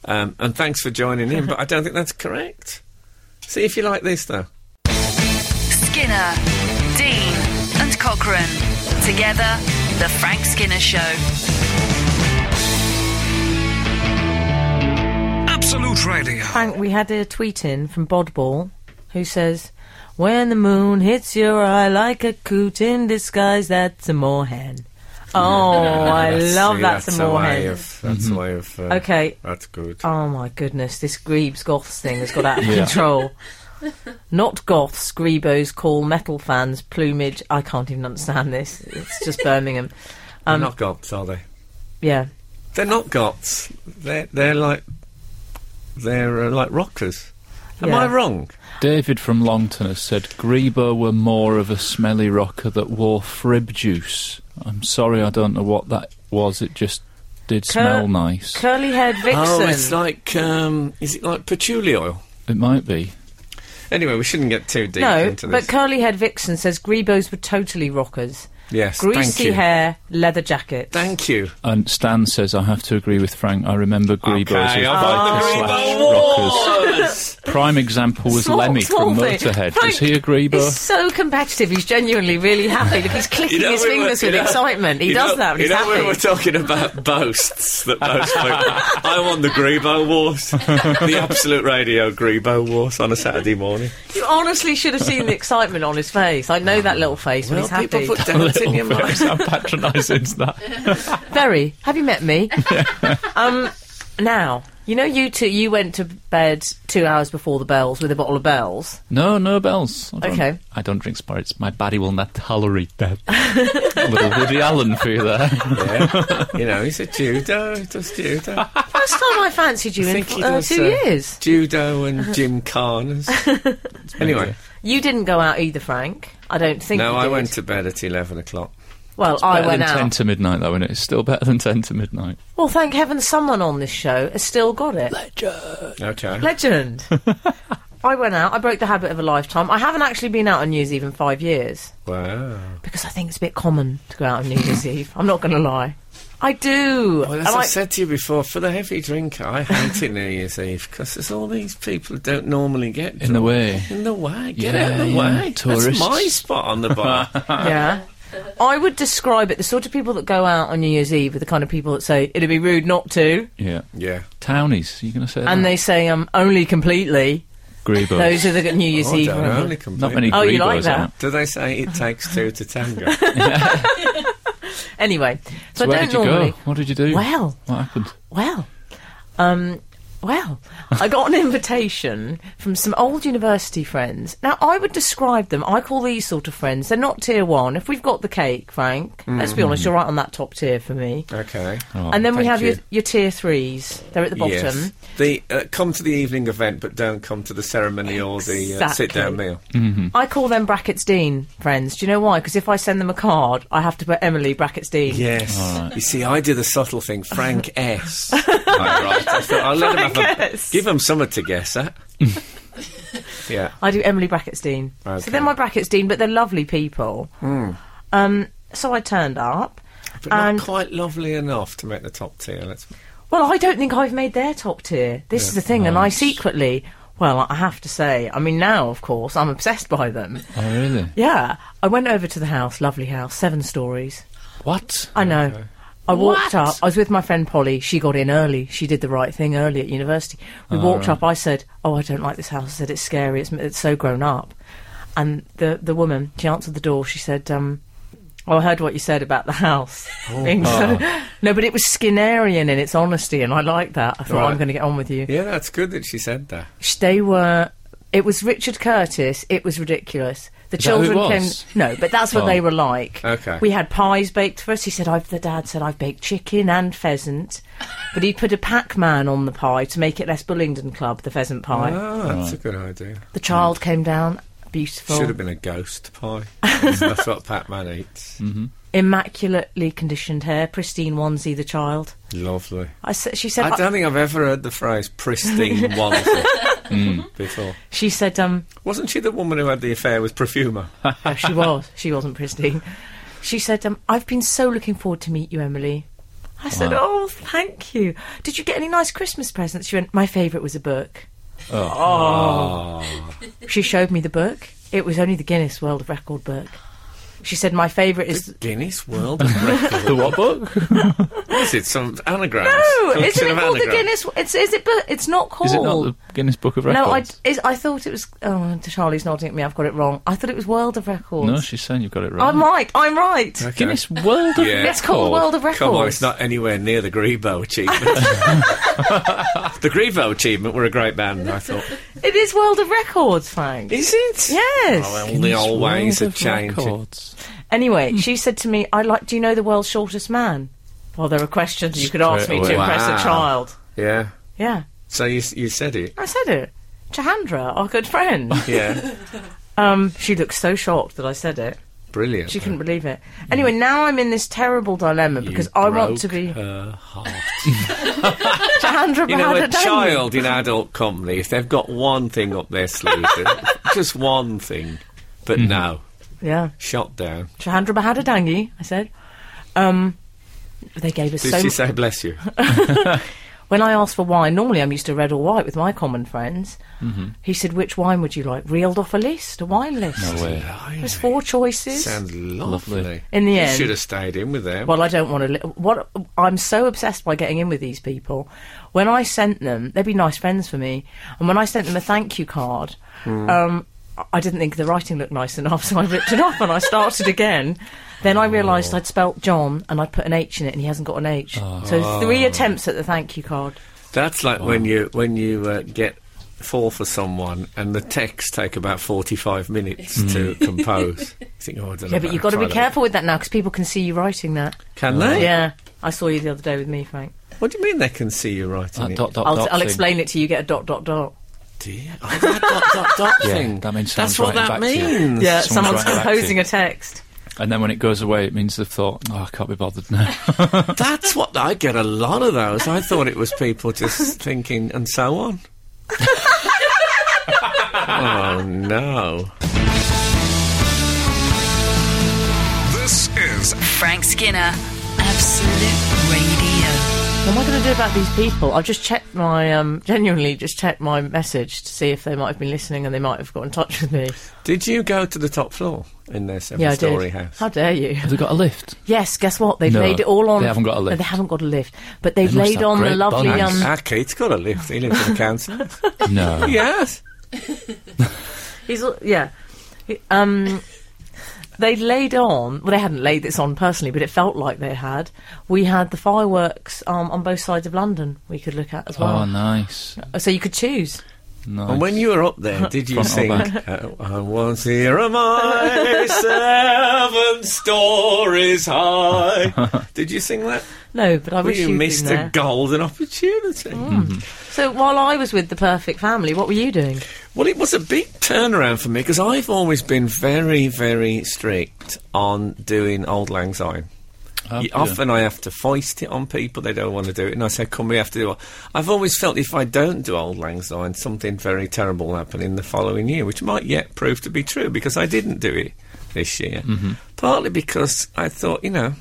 B: um, and thanks for joining in, but I don't think that's correct. See if you like this though.
A: Skinner, Dean, and Cochrane. Together, The Frank Skinner Show.
E: Absolute Radio.
D: Frank, we had a tweet in from Bodball who says, When the moon hits your eye like a coot in disguise, that's a moorhen. Oh, I
B: That's-
D: love
B: see,
D: that,
B: that's
D: a
B: a way
D: moorhen.
B: of. That's a way of. Uh,
D: Okay.
B: That's good.
D: Oh my goodness, this Grebes Goths thing has got out of
C: Yeah.
D: control. Not Goths, Grebos call metal fans plumage. I can't even understand this. It's just Birmingham.
B: They're
D: Um,
B: not goths, are they?
D: Yeah.
B: They're not goths. They're they're like they're uh, like rockers. Am
D: Yeah.
B: I wrong?
C: David from Longton has said Grebo were more of a smelly rocker that wore frib juice. I'm sorry, I don't know what that was. It just did smell nice.
D: Curly haired Vixen.
B: Oh, it's like um, is it like patchouli oil?
C: it might be.
B: Anyway, we shouldn't get too deep
D: No,
B: into this.
D: but curly haired Vixen says Grebos were totally rockers.
B: yes, thank
D: Greasy
B: you.
D: hair, leather jackets.
B: Thank you.
C: And Stan says I have to agree with Frank. I remember Grebos
B: Okay,
C: as
B: I've got the
C: biker slash rockers.
B: Grebo Wars.
C: Prime example was
D: Small-
C: Lemmy
D: small
C: from
D: thing.
C: Motorhead.
D: Frank
C: Is he a Grebo?
D: He's so competitive. He's genuinely really happy. Look, he's clicking
B: You know,
D: his
B: we were-
D: fingers
B: you
D: with
B: know-
D: excitement. He
B: you
D: does
B: know-
D: that. When
B: You
D: he's
B: know when
D: happy.
B: we were talking about boasts that boast people. I won the Grebo Wars, the Absolute Radio Grebo Wars on a Saturday morning.
D: you honestly should have seen the excitement on his face. I know that little face when
B: Well,
D: he's happy.
B: people put doubts in your mind.
C: How patronising is that?
D: Very. Have you met me? um, now you know you two. You went to bed two hours before the bells with a bottle of bells.
C: No, no bells. I don't-
D: Okay.
C: I don't drink spirits. My body will not tolerate that. a little Woody Allen for you there.
B: Yeah. You know, he's a judo, he does judo.
D: first time I fancied you
B: I
D: in
B: think he
D: f- uh,
B: does
D: two
B: uh,
D: years.
B: judo and gym carnes. anyway,
D: You didn't go out either, Frank. I don't think.
B: no,
D: you
B: I
D: did.
B: went to bed at eleven o'clock.
D: Well, I
C: Better
D: went
C: than
D: out.
C: 10 to midnight, though, and it's still better than 10 to midnight.
D: Well, thank heaven someone on this show has still got it.
B: Okay.
D: Legend. I went out. I broke the habit of a lifetime. I haven't actually been out on New Year's Eve in five years
B: Wow.
D: because I think it's a bit common to go out on New Year's Eve. I'm not going to lie. I do.
B: Well,
D: And
B: as I,
D: I-
B: said to you before, for the heavy drinker, I hate it New Year's Eve because there's all these people who don't normally get
C: In the
B: drunk.
C: way.
B: In the way, get
C: Yeah,
B: out of the
C: yeah,
B: way. That's
C: tourists.
B: my spot on the bar.
D: yeah. I would describe it the sort of people that go out on New Year's Eve are the kind of people that say it'd be rude not to,
C: Yeah.
B: yeah.
C: Townies, are you going to say
D: and
C: that?
D: they say um only completely.
C: Grebo.
D: Those are the New Year's
B: Oh, I
D: Eve.
B: don't know,
D: ones.
B: only
C: Not
B: completely.
C: many
D: Oh,
C: Grebos
D: you like that?
C: out.
B: Do they say it takes two to tango?
D: Anyway, so,
C: So
D: I
C: where
D: don't
C: did you
D: normally.
C: go? What did you do?
D: Well,
C: What happened?
D: Well, um, well, I got an invitation from some old university friends. Now, I would describe them, I call these sort of friends, they're not tier one. If we've got the cake, Frank, let's be honest, you're right on that top tier for me.
B: okay.
C: Oh,
D: and then we
B: Mm. thank
D: have your,
B: you.
D: your tier threes, they're at the bottom.
B: Yes. The uh, come to the evening event, but don't come to the ceremony or the uh,
D: Exactly.
B: sit down meal.
D: I call them brackets Dean friends. Do you know why? Because if I send them a card, I have to put Emily brackets Dean.
B: Yes. You see, I did a subtle thing. Frank S. Right, right. I thought I'll let him
D: Frank
B: have a,
D: S.
B: give him something to guess at. yeah.
D: I do Emily Brackets Dean.
B: Okay. Hmm.
D: So they're my Brackets Dean, but they're lovely people. Um, so I turned up.
B: But
D: and
B: not quite lovely enough to make the top tier. Let's
D: Well, I don't think I've made their top tier. This is the thing, and I secretly, well, I have to say, I mean, now, of course, I'm obsessed by them.
C: Oh, really?
D: Yeah, I went over to the house, lovely house, seven stories.
C: What?
D: I know. I walked up, I was with my friend Polly, she got in early, she did the right thing early at university. We walked up, I said, Oh, I don't like this house. I said, It's scary, it's, it's so grown up. And the, the woman, she answered the door, she said, um, Oh, I heard what you said about the house. Being so- no, but it was Skinnerian in its honesty, and I like that. I thought,
B: Right.
D: I'm going to get on with you.
B: Yeah, that's good that she said that.
D: Sh- They were. It was Richard Curtis. It was ridiculous. The
C: that who it
D: children
C: was?
D: came. No, but that's what
C: Oh.
D: they were like.
B: Okay.
D: We had pies baked for us. He said, I've, the dad said, I've baked chicken and pheasant. But he put a Pac Man on the pie to make it less Bullingdon Club, the pheasant pie.
C: Ah.
B: Oh, that's a good idea.
D: The child came down,
B: Should
D: beautiful,
B: have been a ghost pie. that's what Pat Man eats.
D: Mm. immaculately conditioned hair, pristine onesie, the child.
B: Lovely.
D: I, s- she said,
B: I
D: I-
B: don't think I've ever heard the phrase pristine waffle
D: Mm.
B: before.
D: she said, um,
B: Wasn't she the woman who had the affair with Perfumer?
D: No, Oh, she was. She wasn't pristine. She said, um, I've been so looking forward to meet you, Emily. I said, Oh, thank you. Did you get any nice Christmas presents? She went, My favourite was a book. Oh. She showed me the book. It was only the Guinness World Record book. She said, My favourite is.
B: Guinness World Record.
C: The what book?
B: Is it some anagrams?
D: No!
B: Collection
D: Oh, Isn't it
B: of
D: called the
B: anagrams.
D: Guinness. It's, is it, bu- it's not called.
C: Is it not the Guinness Book of Records?
D: no, I, is, I thought it was. Oh, Charlie's nodding at me. I've got it wrong. I thought it was World of Records.
C: No, she's saying you've got it right.
D: I'm right. I'm right.
B: Okay.
C: Guinness World of
B: Yeah.
C: Records.
D: It's called World of Records.
B: Come on, it's not anywhere near the Grebo achievement. the Grebo achievement were a great band, I thought.
D: It is World of Records, Frank.
B: Is it?
D: Yes.
B: Oh, well, the old ways are changing.
C: Records.
D: Anyway, she said to me, "I like. Do you know the world's shortest man?" Well, there are questions you could ask me to
C: Straight away.
D: impress
B: Wow.
D: a child.
B: Yeah.
D: Yeah,
B: So you, s- you said it.
D: I said it. Chahandra, our good friend.
B: Yeah.
D: um, she looked so shocked that I said it.
B: Brilliant.
D: She couldn't believe it. Anyway, now I'm in this terrible dilemma because
B: You
D: I want
B: broke
D: to be
B: Her heart.
D: Chahandra
B: You know, a
D: Bahadadang.
B: child in adult company, if they've got one thing up their sleeve, uh, just one thing, but
C: Mm-hmm.
B: no,
D: Yeah,
B: shot down.
D: Chahandra Bahadadangi. I said. Um, they gave us
B: Did
D: so
B: she say bless you?
D: When I asked for wine, normally I'm used to red or white with my common friends.
B: Mm-hmm.
D: He said, "Which wine would you like?" Reeled off a list, a wine list.
C: No way.
D: There's four choices.
B: Sounds lovely.
C: Lovely.
D: In the
B: you
D: end-
B: should have stayed in with them.
D: well, I don't want to. Li- what I'm so obsessed by getting in with these people. When I sent them, they'd be nice friends for me. And when I sent them a thank you card,
C: Hmm.
D: um, I- I didn't think the writing looked nice enough, so I ripped it off and I started again. Then I
C: Oh.
D: realised I'd spelt John and I'd put an H in it, and he hasn't got an H.
C: Oh.
D: So three attempts at the thank you card.
B: That's like when you when you uh, get fall for someone and the texts take about 45 minutes to
C: Mm.
B: compose. You think, oh, I don't know
D: Yeah, but
B: about
D: you've got to
B: try
D: be
B: that.
D: careful with that now because people can see you writing that.
B: Can they?
D: Yeah, I saw you the other day with me, Frank.
B: What do you mean they can see you writing
C: That
B: it?
C: dot dot
D: I'll,
C: dot
D: I'll
C: thing.
D: explain it to you. Get a dot dot dot.
B: Dear. Oh, that dot dot dot
C: Yeah,
B: thing.
C: that means
B: That's
C: someone's
B: what
C: writing
B: that
C: back to you.
B: means.
D: Yeah,
C: Someone's
D: someone's,
C: right back to
D: composing
C: you.
D: a text.
C: And then when it goes away, it means they've thought, "Oh, I can't be bothered now."
B: That's what I get a lot of those. I thought it was people just thinking and so on. oh no.
E: This is
A: Frank Skinner, Absolute Radio.
D: What am I going to do about these people? I've just checked my, um, genuinely just checked my message to see if they might have been listening and they might have got in touch with me.
B: Did you go to the top floor in their seven
D: Yeah, I
B: story
D: did.
B: house?
D: How dare you?
C: Have they got a lift?
D: Yes, guess what? They've
C: No,
D: laid it all on.
C: they haven't got a
D: No,
C: lift.
D: they haven't got a lift, but they've
C: They must
D: laid
C: have
D: on the
C: great
D: lovely.
C: bunnies.
D: Um,
B: Ah, Keith's got a lift. He lives in the council. house.
C: No.
B: yes.
D: he's l- yeah. He- Um, they laid on. Well, they hadn't laid this on personally, but it felt like they had. We had the fireworks um, on both sides of London. We could look at as
C: Oh,
D: well.
C: nice.
D: So you could choose.
C: nice.
B: And when you were up there, did you
C: Front or
B: sing, uh, I once here am I, seven stories high? did you sing that?
D: No, but I
B: Well,
D: wish
B: you
D: you'd
B: missed
D: been
B: a
D: there. Hmm.
B: golden opportunity.
D: So while I was with the perfect family, what were you doing?
B: Well, it was a big turnaround for me because I've always been very, very strict on doing Old Lang Syne.
C: Oh,
B: You-
C: yeah.
B: Often I have to foist it on people, they don't want to do it, and I say, Come, we have to do it. I've always felt if I don't do Old Lang Syne, something very terrible will happen in the following year, which might yet prove to be true because I didn't do it this year.
C: Mm-hmm.
B: Partly because I thought, you know,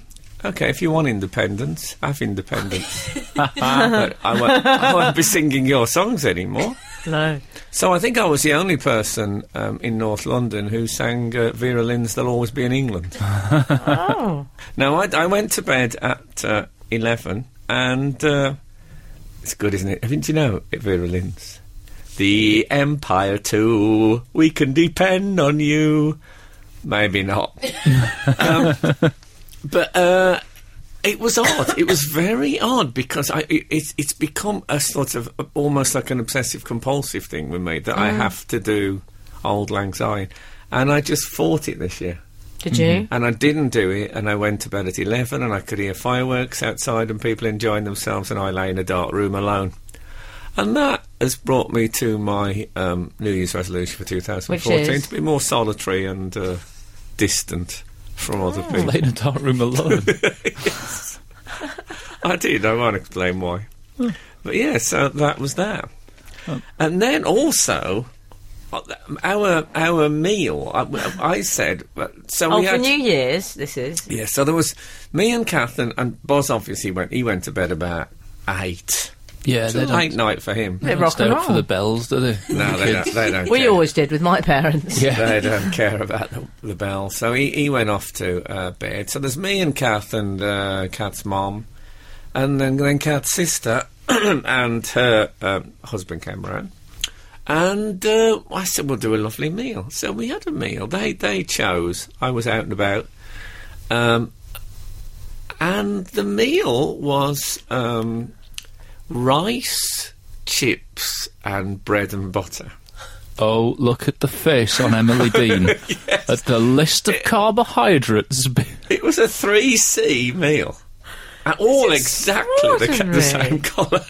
B: okay, if you want independence, have independence. But I, won't, I won't be singing your songs anymore.
D: No.
B: So I think I was the only person um, in North London who sang uh, Vera Lynn's "There'll Always Be an England."
D: Oh,
B: now I, I went to bed at uh, eleven, and uh, it's good, isn't it? Haven't you know it, Vera Lynn's? The Empire too. We can depend on you. Maybe not. um, but uh, it was odd. It was very odd because I, it, it's it's become a sort of almost like an obsessive compulsive thing with me that I have to do Old Lang Syne, and I just fought it this year.
D: did you?
C: Mm-hmm.
B: And I didn't do it, and I went to bed at 11, and I could hear fireworks outside and people enjoying themselves, and I lay in a dark room alone. And that has brought me to my um, New Year's resolution for 2014
D: Which is?
B: to be more solitary and uh, distant from other
D: Ah.
B: people.
C: Lay in a dark room alone.
B: I did, I won't explain why.
D: Hmm.
B: But yeah, so that was that. And then also. uh, Our our meal, I, I said. uh, So
D: Oh,
B: we
D: for
B: had
D: New Year's, this is.
B: Yeah, so there was me and Catherine and Boz obviously went he went to bed about eight.
C: yeah,
B: It's a
C: Uh, they don't.
B: late night for him.
D: Bit
C: they don't
D: rock
C: stay
D: and
C: up for
D: roll.
C: the bells, do they?
B: No, they don't, they don't
D: We
B: care.
D: always did with my parents.
C: Yeah.
B: they don't care about the, the bell. So he, he went off to uh, bed. So there's me and Kath and uh, Kath's mom, and then then Kath's sister and her um, husband came around. And uh, I said, "We'll do a lovely meal." So we had a meal. They they chose. I was out and about, um, and the meal was um, rice, chips, and bread and butter.
C: Oh, look at the face on Emily Dean at the list of carbohydrates.
B: It was a three C meal. And all exactly the, ca- the same
D: extraordinary.
B: colour.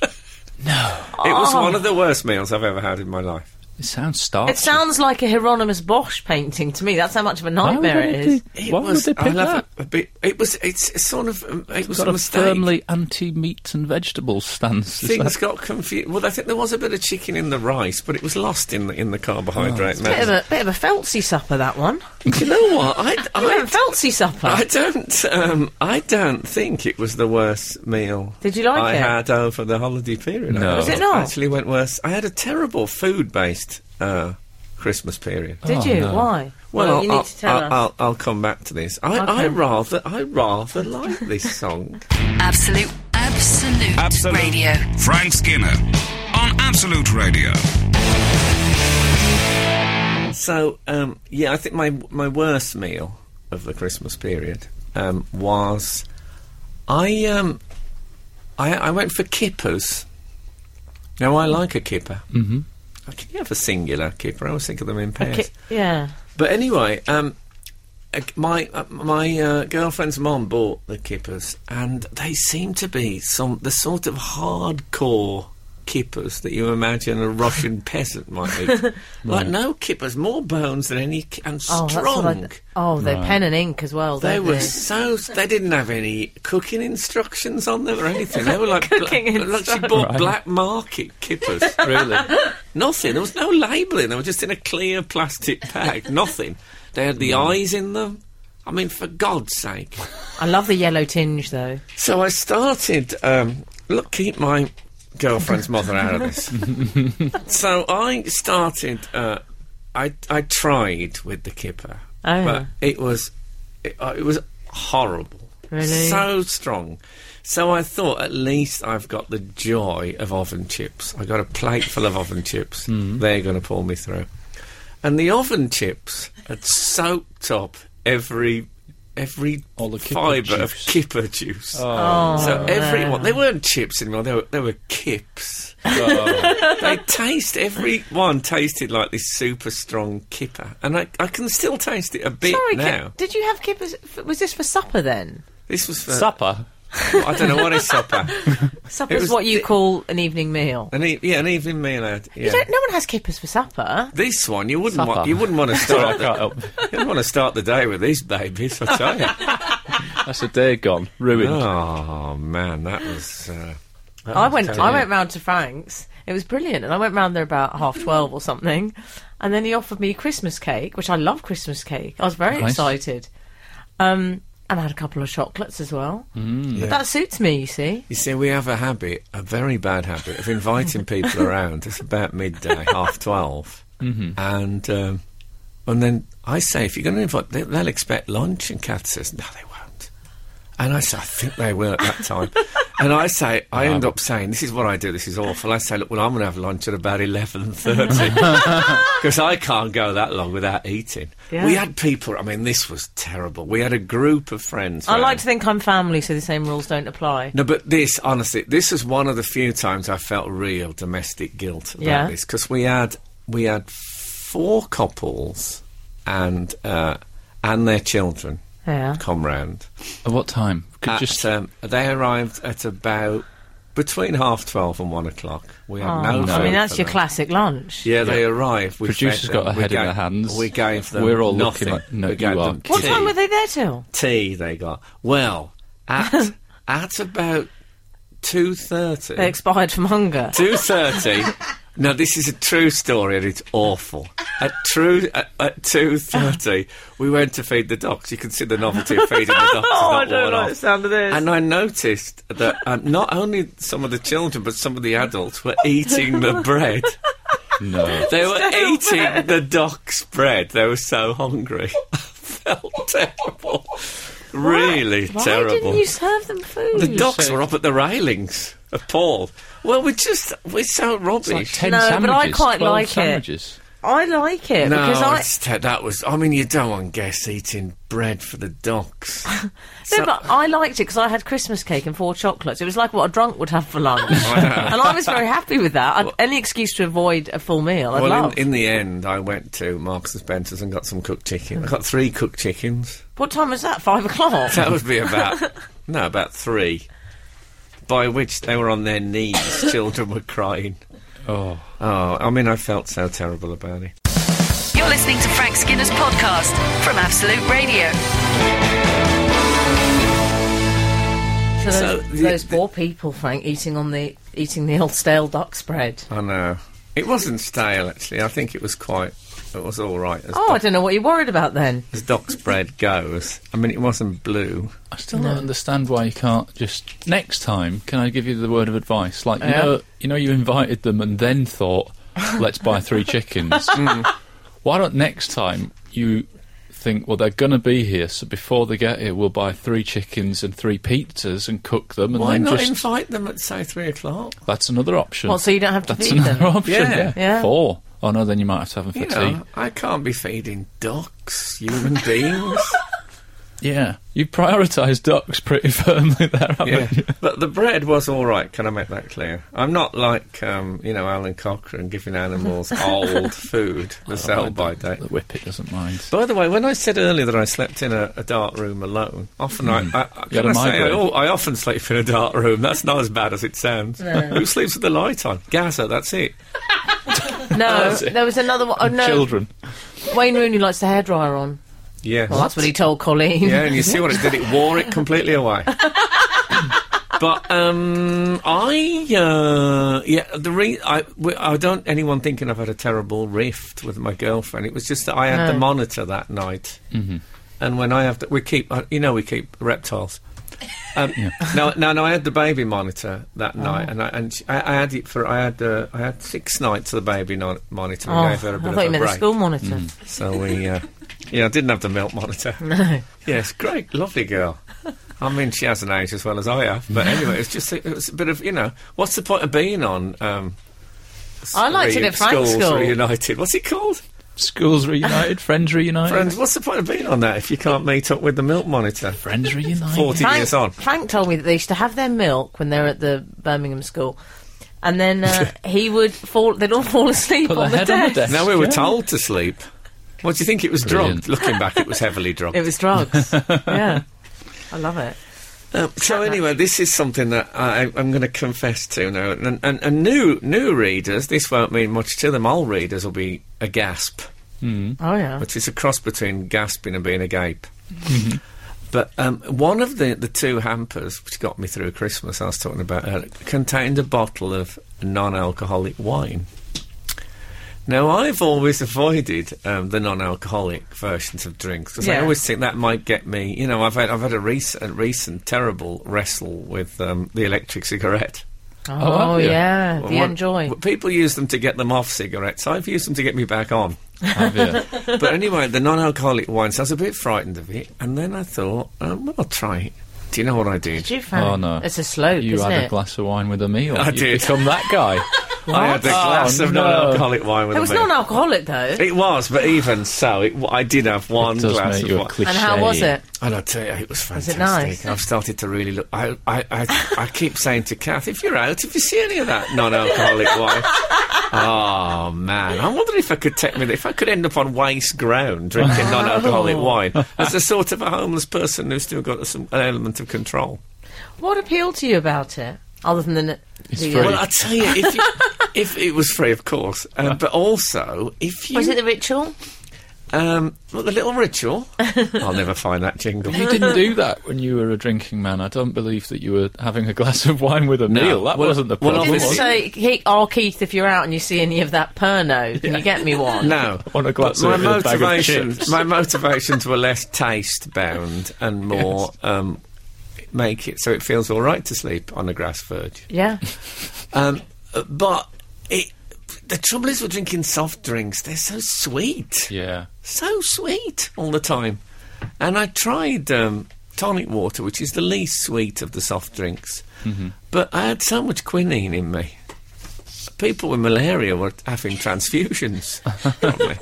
B: No. Ah. It was one of the worst meals I've ever had in my life.
C: It sounds stark.
D: It sounds like a Hieronymus Bosch painting to me. That's how much of a
C: Why would
D: nightmare it is.
C: they- Why would they pick
B: I'll have
C: that?
B: A, a bit, it was. It's, it's sort of. um, It was
C: Got
B: a
C: a
B: mistake.
C: firmly anti-meat and vegetable stance. is
B: Things
C: that-
B: got confused. Well, I think there was a bit of chicken in the rice, but it was lost in the in the
C: Oh,
B: carbohydrate.
D: Bit
B: mess.
D: of a bit of a Feltsy supper, that one.
B: you know what? I,
D: A bit of a
B: I,
D: Feltsy supper.
B: I don't. Um, I don't think it was the worst meal.
D: Did you like
B: I
D: it?
B: had over the holiday period.
C: No.
B: I
C: Was
D: it not?
B: Actually, went worse. I had a terrible food-based uh, Christmas period.
D: Did
C: Oh,
D: you?
C: no.
D: Why? Well, you need
B: I'll,
D: to tell
B: I'll,
D: us.
B: I'll, I'll come back to this. I, I
D: Okay.
B: rather, I rather like this song.
A: Absolute, absolute,
E: Absolute.
A: radio.
E: Frank Skinner on Absolute Radio.
B: So, um, yeah, I think my my worst meal of the Christmas period um, was I um I, I went for kippers. Now I like a kipper. Mm-hmm. Can you have a singular kipper? I always think of them in pairs.
D: Ki- yeah.
B: But anyway, um, uh, my uh, my uh, girlfriend's mom bought the kippers, and they seem to be some the sort of hardcore kippers that you imagine a Russian peasant might eat. Like no kippers, more bones than any, ki- and
D: Oh, that's what I-
B: strong.
D: oh, they're
C: Right.
D: pen and ink as well.
B: They
D: don't
B: were
D: they?
B: so. They didn't have any cooking instructions on them or anything. They were like
D: Cooking
B: bla- like she
D: instructions.
B: bought
C: Right.
B: black market kippers.
C: really?
B: nothing. There was no labelling. They were just in a clear plastic bag. nothing. They had the
D: Mm.
B: eyes in them. I mean, for God's sake.
D: I love the yellow tinge though.
B: So I started. Um, look, keep my girlfriend's mother out of this. so I started. Uh, I I tried with the kipper,
D: Oh.
B: but it was it, uh, it was horrible.
D: Really?
B: So strong. So I thought, at least I've got the joy of oven chips. I got a plate full of oven chips.
C: Hmm.
B: They're going to pull me through. And the oven chips had soaked up every every
C: All the kipper
B: fibre of
C: juice.
B: kipper juice.
D: Oh,
B: So everyone,
D: no.
B: they weren't chips anymore. They were they were kips.
C: Oh.
B: they taste every one tasted like this super strong kipper, and I, I can still taste it a bit
D: Sorry, Ki-
B: now.
D: did you have kippers? f- Was this for supper then?
B: This was for
C: Supper?
B: I don't know what is supper.
D: Supper's
B: was
D: what you
B: the-
D: call an evening meal.
B: An e- yeah, an evening meal. Ad, yeah.
D: You don't, no one has kippers for supper.
B: This one you wouldn't
C: Supper.
B: want. You wouldn't want to
C: Sorry, I
B: start.
C: can't
B: the,
C: help.
B: you wouldn't want to start the day with these babies. I tell you.
C: That's a day gone, ruined.
B: oh man, that was. Uh, that
D: I
B: was
D: went.
B: terrible.
D: I went round to Frank's. It was brilliant, and I went round there about half twelve or something, and then he offered me Christmas cake, which I love Christmas cake. I was very
C: Nice.
D: excited, um, and I had a couple of chocolates as well.
B: Yeah.
D: That suits me, you see.
B: You see, we have a habit, a very bad habit, of inviting people around. It's about midday, half 12
D: Mm-hmm.
B: and um, and then I say, if you're going to invite, they, they'll expect lunch. And Kath says, no, they won't. And I say, I think they will at that time. and I say, I end up saying, this is what I do. This is awful. I say, look, well, I'm going to have lunch at about eleven thirty because I can't go that long without eating.
D: Yeah.
B: We had people. I mean, this was terrible. We had a group of friends.
D: I like
B: round.
D: to think I'm family, so the same rules don't apply.
B: No, but this, honestly, this was one of the few times I felt real domestic guilt about
D: Yeah.
B: this because we had we had four couples and uh, and their children
D: Yeah.
B: come round.
C: At what time? Could
B: At,
C: just
B: um, they arrived at about between half twelve and one o'clock. We had no.
D: I
B: food
D: mean, that's
B: for
D: your
B: them.
D: classic lunch.
B: Yeah, they arrived. We
C: Producer's
B: fed them.
C: got a
B: We
C: head in
B: gave-
C: their hands.
B: We gave them.
C: We're all
B: nothing.
C: looking like, no,
B: we
C: you
B: gave
C: are
B: them
C: kidding.
D: What
B: tea.
D: time were they there till?
B: tea they got. Well, at at about two thirty,
D: They expired from hunger.
B: two thirty. Now this is a true story and it's awful. At true at, at two thirty, we went to feed the dogs. You can see the novelty of feeding the dogs. has
D: Oh, I
B: not
D: don't
B: worn
D: like
B: off.
D: the sound of this.
B: And I noticed that um, not only some of the children but some of the adults were eating the bread.
C: no.
B: They were eating the doc's bread. They were so hungry. I felt terrible. Really
D: Why
B: terrible.
D: didn't you serve them food?
B: The docks
C: say-
B: were up at the railings, appalled. Well, we're just, we're so
C: It's like
B: rubbish.
C: ten
D: No,
C: sandwiches.
D: but I quite
C: 12
D: like it.
C: sandwiches.
D: I like it
B: no,
D: because I.
B: it's te- that was, I mean, you don't want guests eating bread for the docks.
D: No, but I liked it because I had Christmas cake and four chocolates. It was like what a drunk would have for lunch, and I was very happy with that. I'd, any excuse to avoid a full meal, I'd
B: well,
D: love.
B: in, in the end, I went to Marks and Spencer's and got some cooked chicken. I got three cooked chickens.
D: what time was that? Five o'clock.
B: That would be about, no, about three. By which they were on their knees, children were crying.
C: Oh,
B: Oh, I mean, I felt so terrible about it.
A: You're listening to Frank Skinner's podcast from Absolute Radio.
D: So those,
B: So the-
D: those poor people, Frank, eating on the eating the old stale duck spread.
B: I know. It wasn't stale, actually. I think it was quite, it was all right. as
D: Oh, I don't know what you're worried about then.
B: as Doc's bread goes. I mean, it wasn't blue.
C: I still don't understand why you can't just next time. Can I give you the word of advice? Like you
D: Yeah.
C: know, you know, you invited them and then thought, let's buy three chickens.
D: Mm.
C: Why don't next time you think, well, they're gonna be here, so before they get here, we'll buy three chickens and three pizzas and cook them, and
B: Why
C: then
B: not
C: just
B: invite them at say three o'clock?
C: that's another option.
D: What? So you don't have to
C: that's
D: feed
C: another
D: them.
C: option.
B: Yeah.
C: Yeah.
D: Yeah.
C: four. Oh no, then you might have to have them
B: You
C: for tea.
B: know, I can't be feeding ducks, human beings.
C: Yeah. You prioritise ducks pretty firmly there, haven't
B: Yeah.
C: you?
B: but the bread was all right. Can I make that clear? I'm not like um, you know Alan Cochrane giving animals old food the sell by date.
C: The whippet doesn't mind.
B: By the way, when I said earlier that I slept in a, a dark room alone, often I, I, I,
C: You had
B: can
C: a
B: I, say, I,
C: migraine.
B: oh, I often sleep in a dark room. That's not as bad as it sounds. Who sleeps with the light on? Gaza, that's it.
D: No,
C: it.
D: there was another one. Oh, no.
C: Children.
D: Wayne Rooney likes the hairdryer on.
B: Yeah.
D: Well, that's what he told Colleen.
B: Yeah, and you see what it did? It wore it completely away. but um, I uh, yeah the re- I w- I don't anyone thinking I've had a terrible rift with my girlfriend. It was just that I had the
D: No.
B: monitor that night, and when I have the, we keep uh, you know we keep reptiles. Um, No, no, no. I had the baby monitor that
D: Oh.
B: night, and I and sh- I, I had it for I had uh, I had six nights of the baby non- monitor.
D: Oh,
B: and
D: I
B: gave her a bit
D: thought
B: of
D: you
B: a
D: meant the
B: break.
D: school monitor.
B: So we, uh, yeah, I didn't have the milk monitor.
D: No.
B: Yes, great, lovely girl. I mean, she has an age as well as I have, but anyway, it's just a, it was a bit of you know, what's the point of being on? Um, s-
D: I liked it
B: reu-
D: at Frank's
B: schools
D: school.
B: reunited. What's it called?
C: Schools reunited, friends reunited.
B: Friends. What's the point of being on that if you can't meet up with the milk monitor?
C: Friends reunited.
B: Forty
D: Frank,
B: years on.
D: Frank told me that they used to have their milk when they were at the Birmingham school, and then uh, he would fall. They'd all fall asleep
C: Put
D: on,
C: their
D: the
C: head on the
D: desk.
C: desk.
B: Now we were
C: Yeah.
B: told to sleep. What do you think it was
C: Brilliant.
B: drugged? Looking back, it was heavily drugged.
D: It was drugs. yeah, I love it.
B: Um, so anyway, this is something that I, I'm going to confess to now, and, and, and new new readers, this won't mean much to them. Old readers will be agasp,
D: Oh yeah.
B: which is a cross between gasping and being agape.
D: Mm-hmm.
B: but um, one of the the two hampers, which got me through Christmas, I was talking about, earlier, contained a bottle of non-alcoholic wine. Now, I've always avoided um, the non-alcoholic versions of drinks because I
D: Yeah.
B: always think that might get me. You know, I've had I've had a recent a recent terrible wrestle with um, the electric cigarette.
D: Oh,
C: have you?
D: yeah.
B: Well,
D: the
B: one-
D: enjoy.
B: well, People use them to get them off cigarettes. I've used them to get me back on.
C: Have you?
B: but anyway, the non-alcoholic wines. I was a bit frightened of it, and then I thought, um, well, I'll try it. Do you know what I did?
D: Did you find
C: Oh no!
D: It's a slope,
C: You
D: isn't
C: had
D: it?
C: a glass of wine with a meal.
B: I
C: you
B: did.
C: Become that guy.
B: I had a
C: Oh,
B: glass of
C: no.
B: non-alcoholic wine with
D: it was
B: a beer.
D: non-alcoholic though.
B: it was, but even so, it, w- I did have one
C: It does
B: glass
C: make
B: of
C: you a
B: wine.
C: cliche.
D: and how was it?
B: And I tell you, it was fantastic.
D: it nice?
B: I've started to really look. I, I, I, I keep saying to Kath, if you're out, if you see any of that non-alcoholic wine, oh man, I wonder if I could take me. If I could end up on waste ground drinking non-alcoholic
C: Oh.
B: wine as a sort of a homeless person who's still got some an element of control.
D: What appealed to you about it, other than the?
C: It's
D: the uh,
C: free.
B: Well, I tell you, if, you, if it was free, of course, um, but also if you
D: was it the ritual?
B: um, well, the little ritual, I'll never find that jingle.
C: You didn't do that when you were a drinking man. I don't believe that you were having a glass of wine with a
B: No.
C: meal. That
B: Well,
C: wasn't the
B: well,
C: problem.
D: Didn't
B: obviously-
C: was it?
D: say, Ke- oh Keith, if you're out and you see any of that perno, can you get me one?
B: No,
C: On a glass
B: But
C: of-
B: my
C: and a bag of
B: motivations,
C: chips.
B: my motivations were less taste bound and more um, make it so it feels all right to sleep on a grass verge.
D: Yeah.
B: Um, uh, but it, the trouble is, we're drinking soft drinks. They're so sweet,
C: Yeah.
B: so sweet all the time. And I tried um, tonic water, which is the least sweet of the soft drinks,
C: Mm-hmm.
B: but I had so much quinine in me. People with malaria were having transfusions. probably.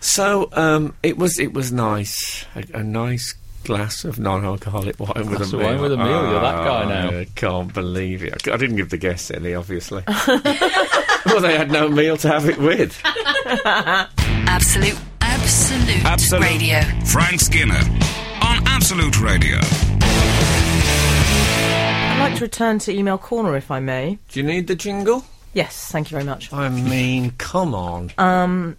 B: So um, it was it was nice, a, a nice glass of non-alcoholic wine with
C: Glass
B: a
C: of
B: meal.
C: wine with a meal, you're that guy now.
B: I can't believe it. I c- I didn't give the guests any, obviously. well, they had no meal to have it with.
A: Absolute, absolute,
E: Absolute.
A: radio.
E: Frank Skinner on Absolute Radio.
D: I'd like to return to email corner if I may.
B: Do you need the jingle?
D: Yes, thank you very much.
B: I mean, come on.
D: Um,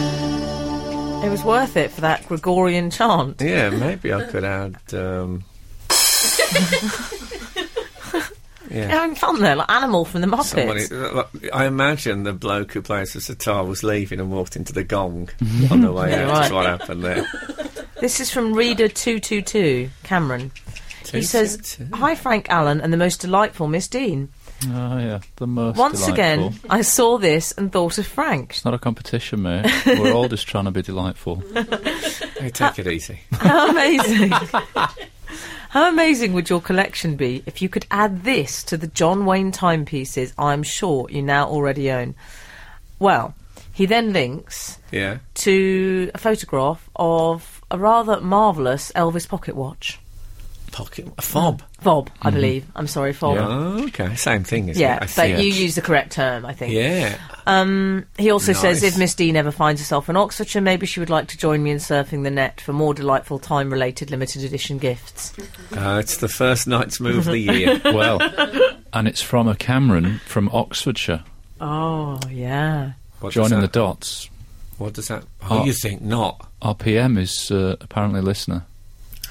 D: it was worth it for that Gregorian chant.
B: Yeah, maybe I could add. Um,
D: You're having fun there, like Animal from the
B: Somebody,
D: Muppets.
B: I imagine the bloke who plays the sitar was leaving and walked into the gong on the way
D: Mm-hmm. Yeah,
B: out. That's
D: right.
B: what happened there.
D: This is from Reader222, Cameron. He says, Hi Frank Allen and the most delightful Miss Dean.
C: Oh yeah. The most.
D: Once
C: delightful.
D: again, I saw this and thought of Frank.
C: It's not a competition, mate. We're all just trying to be delightful.
B: "Hey, take it easy."
D: Amazing. How amazing would your collection be if you could add this to the John Wayne timepieces I'm sure you now already own? Well, he then links
B: Yeah.
D: to a photograph of a rather marvellous Elvis pocket watch.
B: Pocket. A fob.
D: Fob, I believe. I'm sorry, fob. Yeah,
B: Oh, okay. Same thing, isn't it? Mm-hmm. I
D: but
B: think.
D: you use the correct term, I think.
B: Yeah.
D: Um, he also says
B: Nice.
D: if Miss Dean ever finds herself in Oxfordshire, maybe she would like to join me in surfing the net for more delightful time related limited edition gifts.
B: Uh, it's the first night's move of the year.
C: Well, and it's from a Cameron from Oxfordshire.
D: Oh, yeah.
B: What does
C: Joining the
B: that-
C: dots.
B: What does that? Oh,
C: Oh.
B: you think not?
C: RPM is uh, apparently a listener.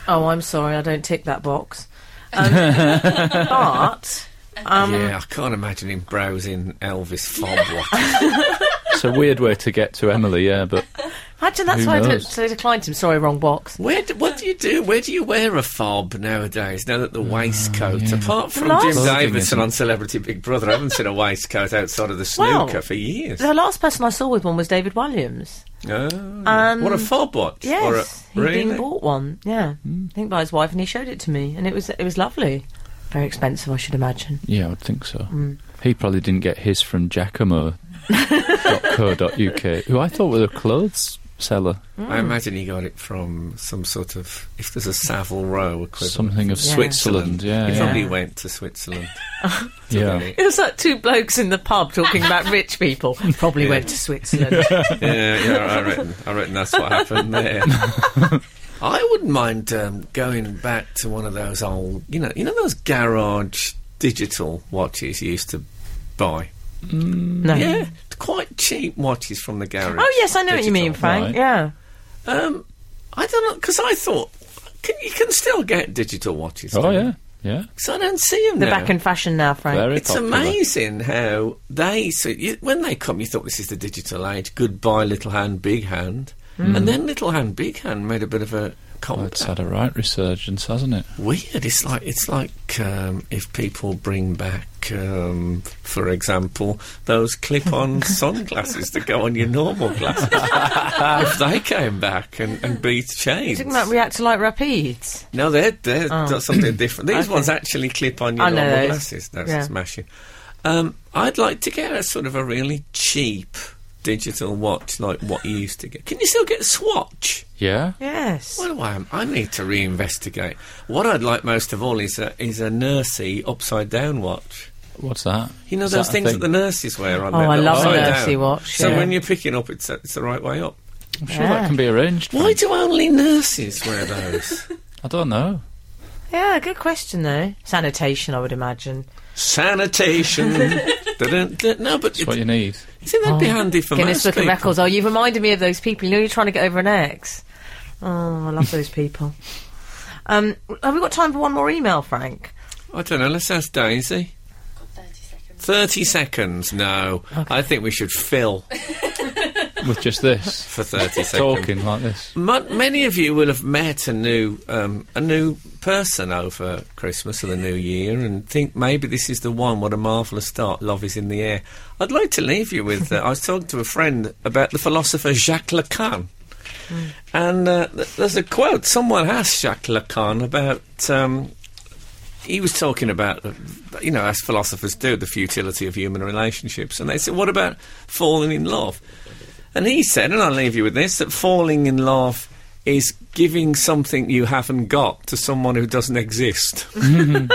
D: Oh, I'm sorry, I don't tick that box. Um, but
B: yeah, I can't imagine him browsing Elvis fob watch.
C: It's a weird way to get to Emily, yeah, but
D: imagine that's
C: Who
D: why I de-
C: knows?
D: so they declined him. Sorry, wrong box.
B: Where? Do, what do you do? Where do you wear a fob nowadays? Now that the waistcoat, apart from
D: Oh, last-
B: Jim
C: Clothing,
B: Davidson
C: isn't it?
B: on Celebrity Big Brother, I haven't seen a waistcoat outside of the snooker
D: Well,
B: for years.
D: The last person I saw with one was David Williams.
B: Oh,
D: Um,
B: what a fob watch! Or a,
D: Yes, he had
B: really? Hmm.
D: been bought one. Yeah, I think by his wife, and he showed it to me, and it was it was lovely. Very expensive, I should imagine.
C: yeah, I would think so. He probably didn't get his from Giacomo.co.uk, who I thought were a clothes seller,
D: Mm.
B: I imagine he got it from some sort of if there's a Savile Row equivalent.
C: something of
D: Yeah.
C: Switzerland. Yeah,
B: he
C: yeah.
B: probably went to Switzerland. to
C: Yeah.
B: get it.
D: It was like two blokes in the pub talking about rich people. Probably
B: Yeah.
D: went to Switzerland.
B: yeah, yeah, I reckon, I reckon that's what happened there. I wouldn't mind um, going back to one of those old, you know, you know those garage digital watches you used to buy.
D: no.
B: Yeah, quite cheap watches from the garage.
D: Oh yes, I know what you mean,
B: digital.
D: Frank.
C: right.
D: Yeah.
B: Um, I don't know because I thought can, you can still get digital watches.
C: Oh, yeah, yeah.
B: because I don't see them
D: They're
B: now.
D: back in fashion now, Frank.
C: Very
B: It's
C: popular.
B: amazing how they so you, when they come, you thought this is the digital age. Goodbye, little hand, big hand, and then little hand, big hand made a bit of a
C: It's
B: comeback.
C: had a right resurgence, hasn't it?
B: Weird. It's like it's like um, if people bring back, um, for example, those clip-on sunglasses that go on your normal glasses. if they came back and, and beat chains,
D: You're talking about react to light rapids.
B: no, they're they're
D: Oh.
B: do- something different. These
D: Okay.
B: ones actually clip on your
D: I know
B: normal
D: those.
B: glasses. That's
D: Yeah.
B: smashing. Um, I'd like to get a sort of a really cheap digital watch, like what you used to get. Can you still get a Swatch?
C: Yeah.
D: Yes.
B: Well, I, am- I need to reinvestigate. What I'd like most of all is a is a nursey upside down watch.
C: What's that?
B: You know
C: Is
B: those
C: that a
B: things
C: thing?
B: that the nurses wear on.
D: Oh,
B: their
D: I
B: the
D: love a
B: upside
D: nursey
B: down.
D: watch,
B: So
D: yeah.
B: when you pick it up, it's it's the right way up.
C: I'm sure
D: Yeah.
C: that can be arranged.
B: Why
C: Frank.
B: do only nurses wear those?
C: I don't know.
D: Yeah, good question though. Sanitation, I would imagine.
B: Sanitation. Dun-dun- dun- no, but
C: It's what you need.
B: See, that'd be handy for
D: Oh, Guinness
B: most
D: Book of
B: people.
D: Records. Oh, you've reminded me of those people. You know, you're trying to get over an ex. Oh, I love those people. Um, have we got time for one more email, Frank?
B: I don't know. Let's ask Daisy. Thirty seconds? No, I think we should fill
C: With just this.
B: for thirty seconds.
C: Talking like this.
B: Mon- many of you will have met a new um, a new person over Christmas or the New Year, and think maybe this is the one. What a marvelous start! Love is in the air. I'd like to leave you with. Uh, I was talking to a friend about the philosopher Jacques Lacan. And uh, th- there's a quote someone asked Jacques Lacan about. Um, he was talking about, uh, you know, as philosophers do, the futility of human relationships. And they said, what about falling in love? And he said, and I'll leave you with this, that falling in love is giving something you haven't got to someone who doesn't exist. a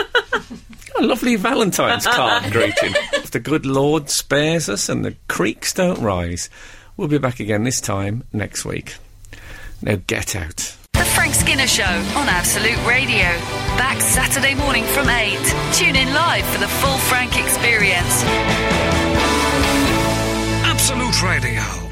B: lovely Valentine's card greeting. If the good Lord spares us and the creeks don't rise, we'll be back again this time next week. Now get out.
A: The Frank Skinner Show on Absolute Radio. Back Saturday morning from 8. Tune in live for the full Frank experience.
E: Absolute Radio.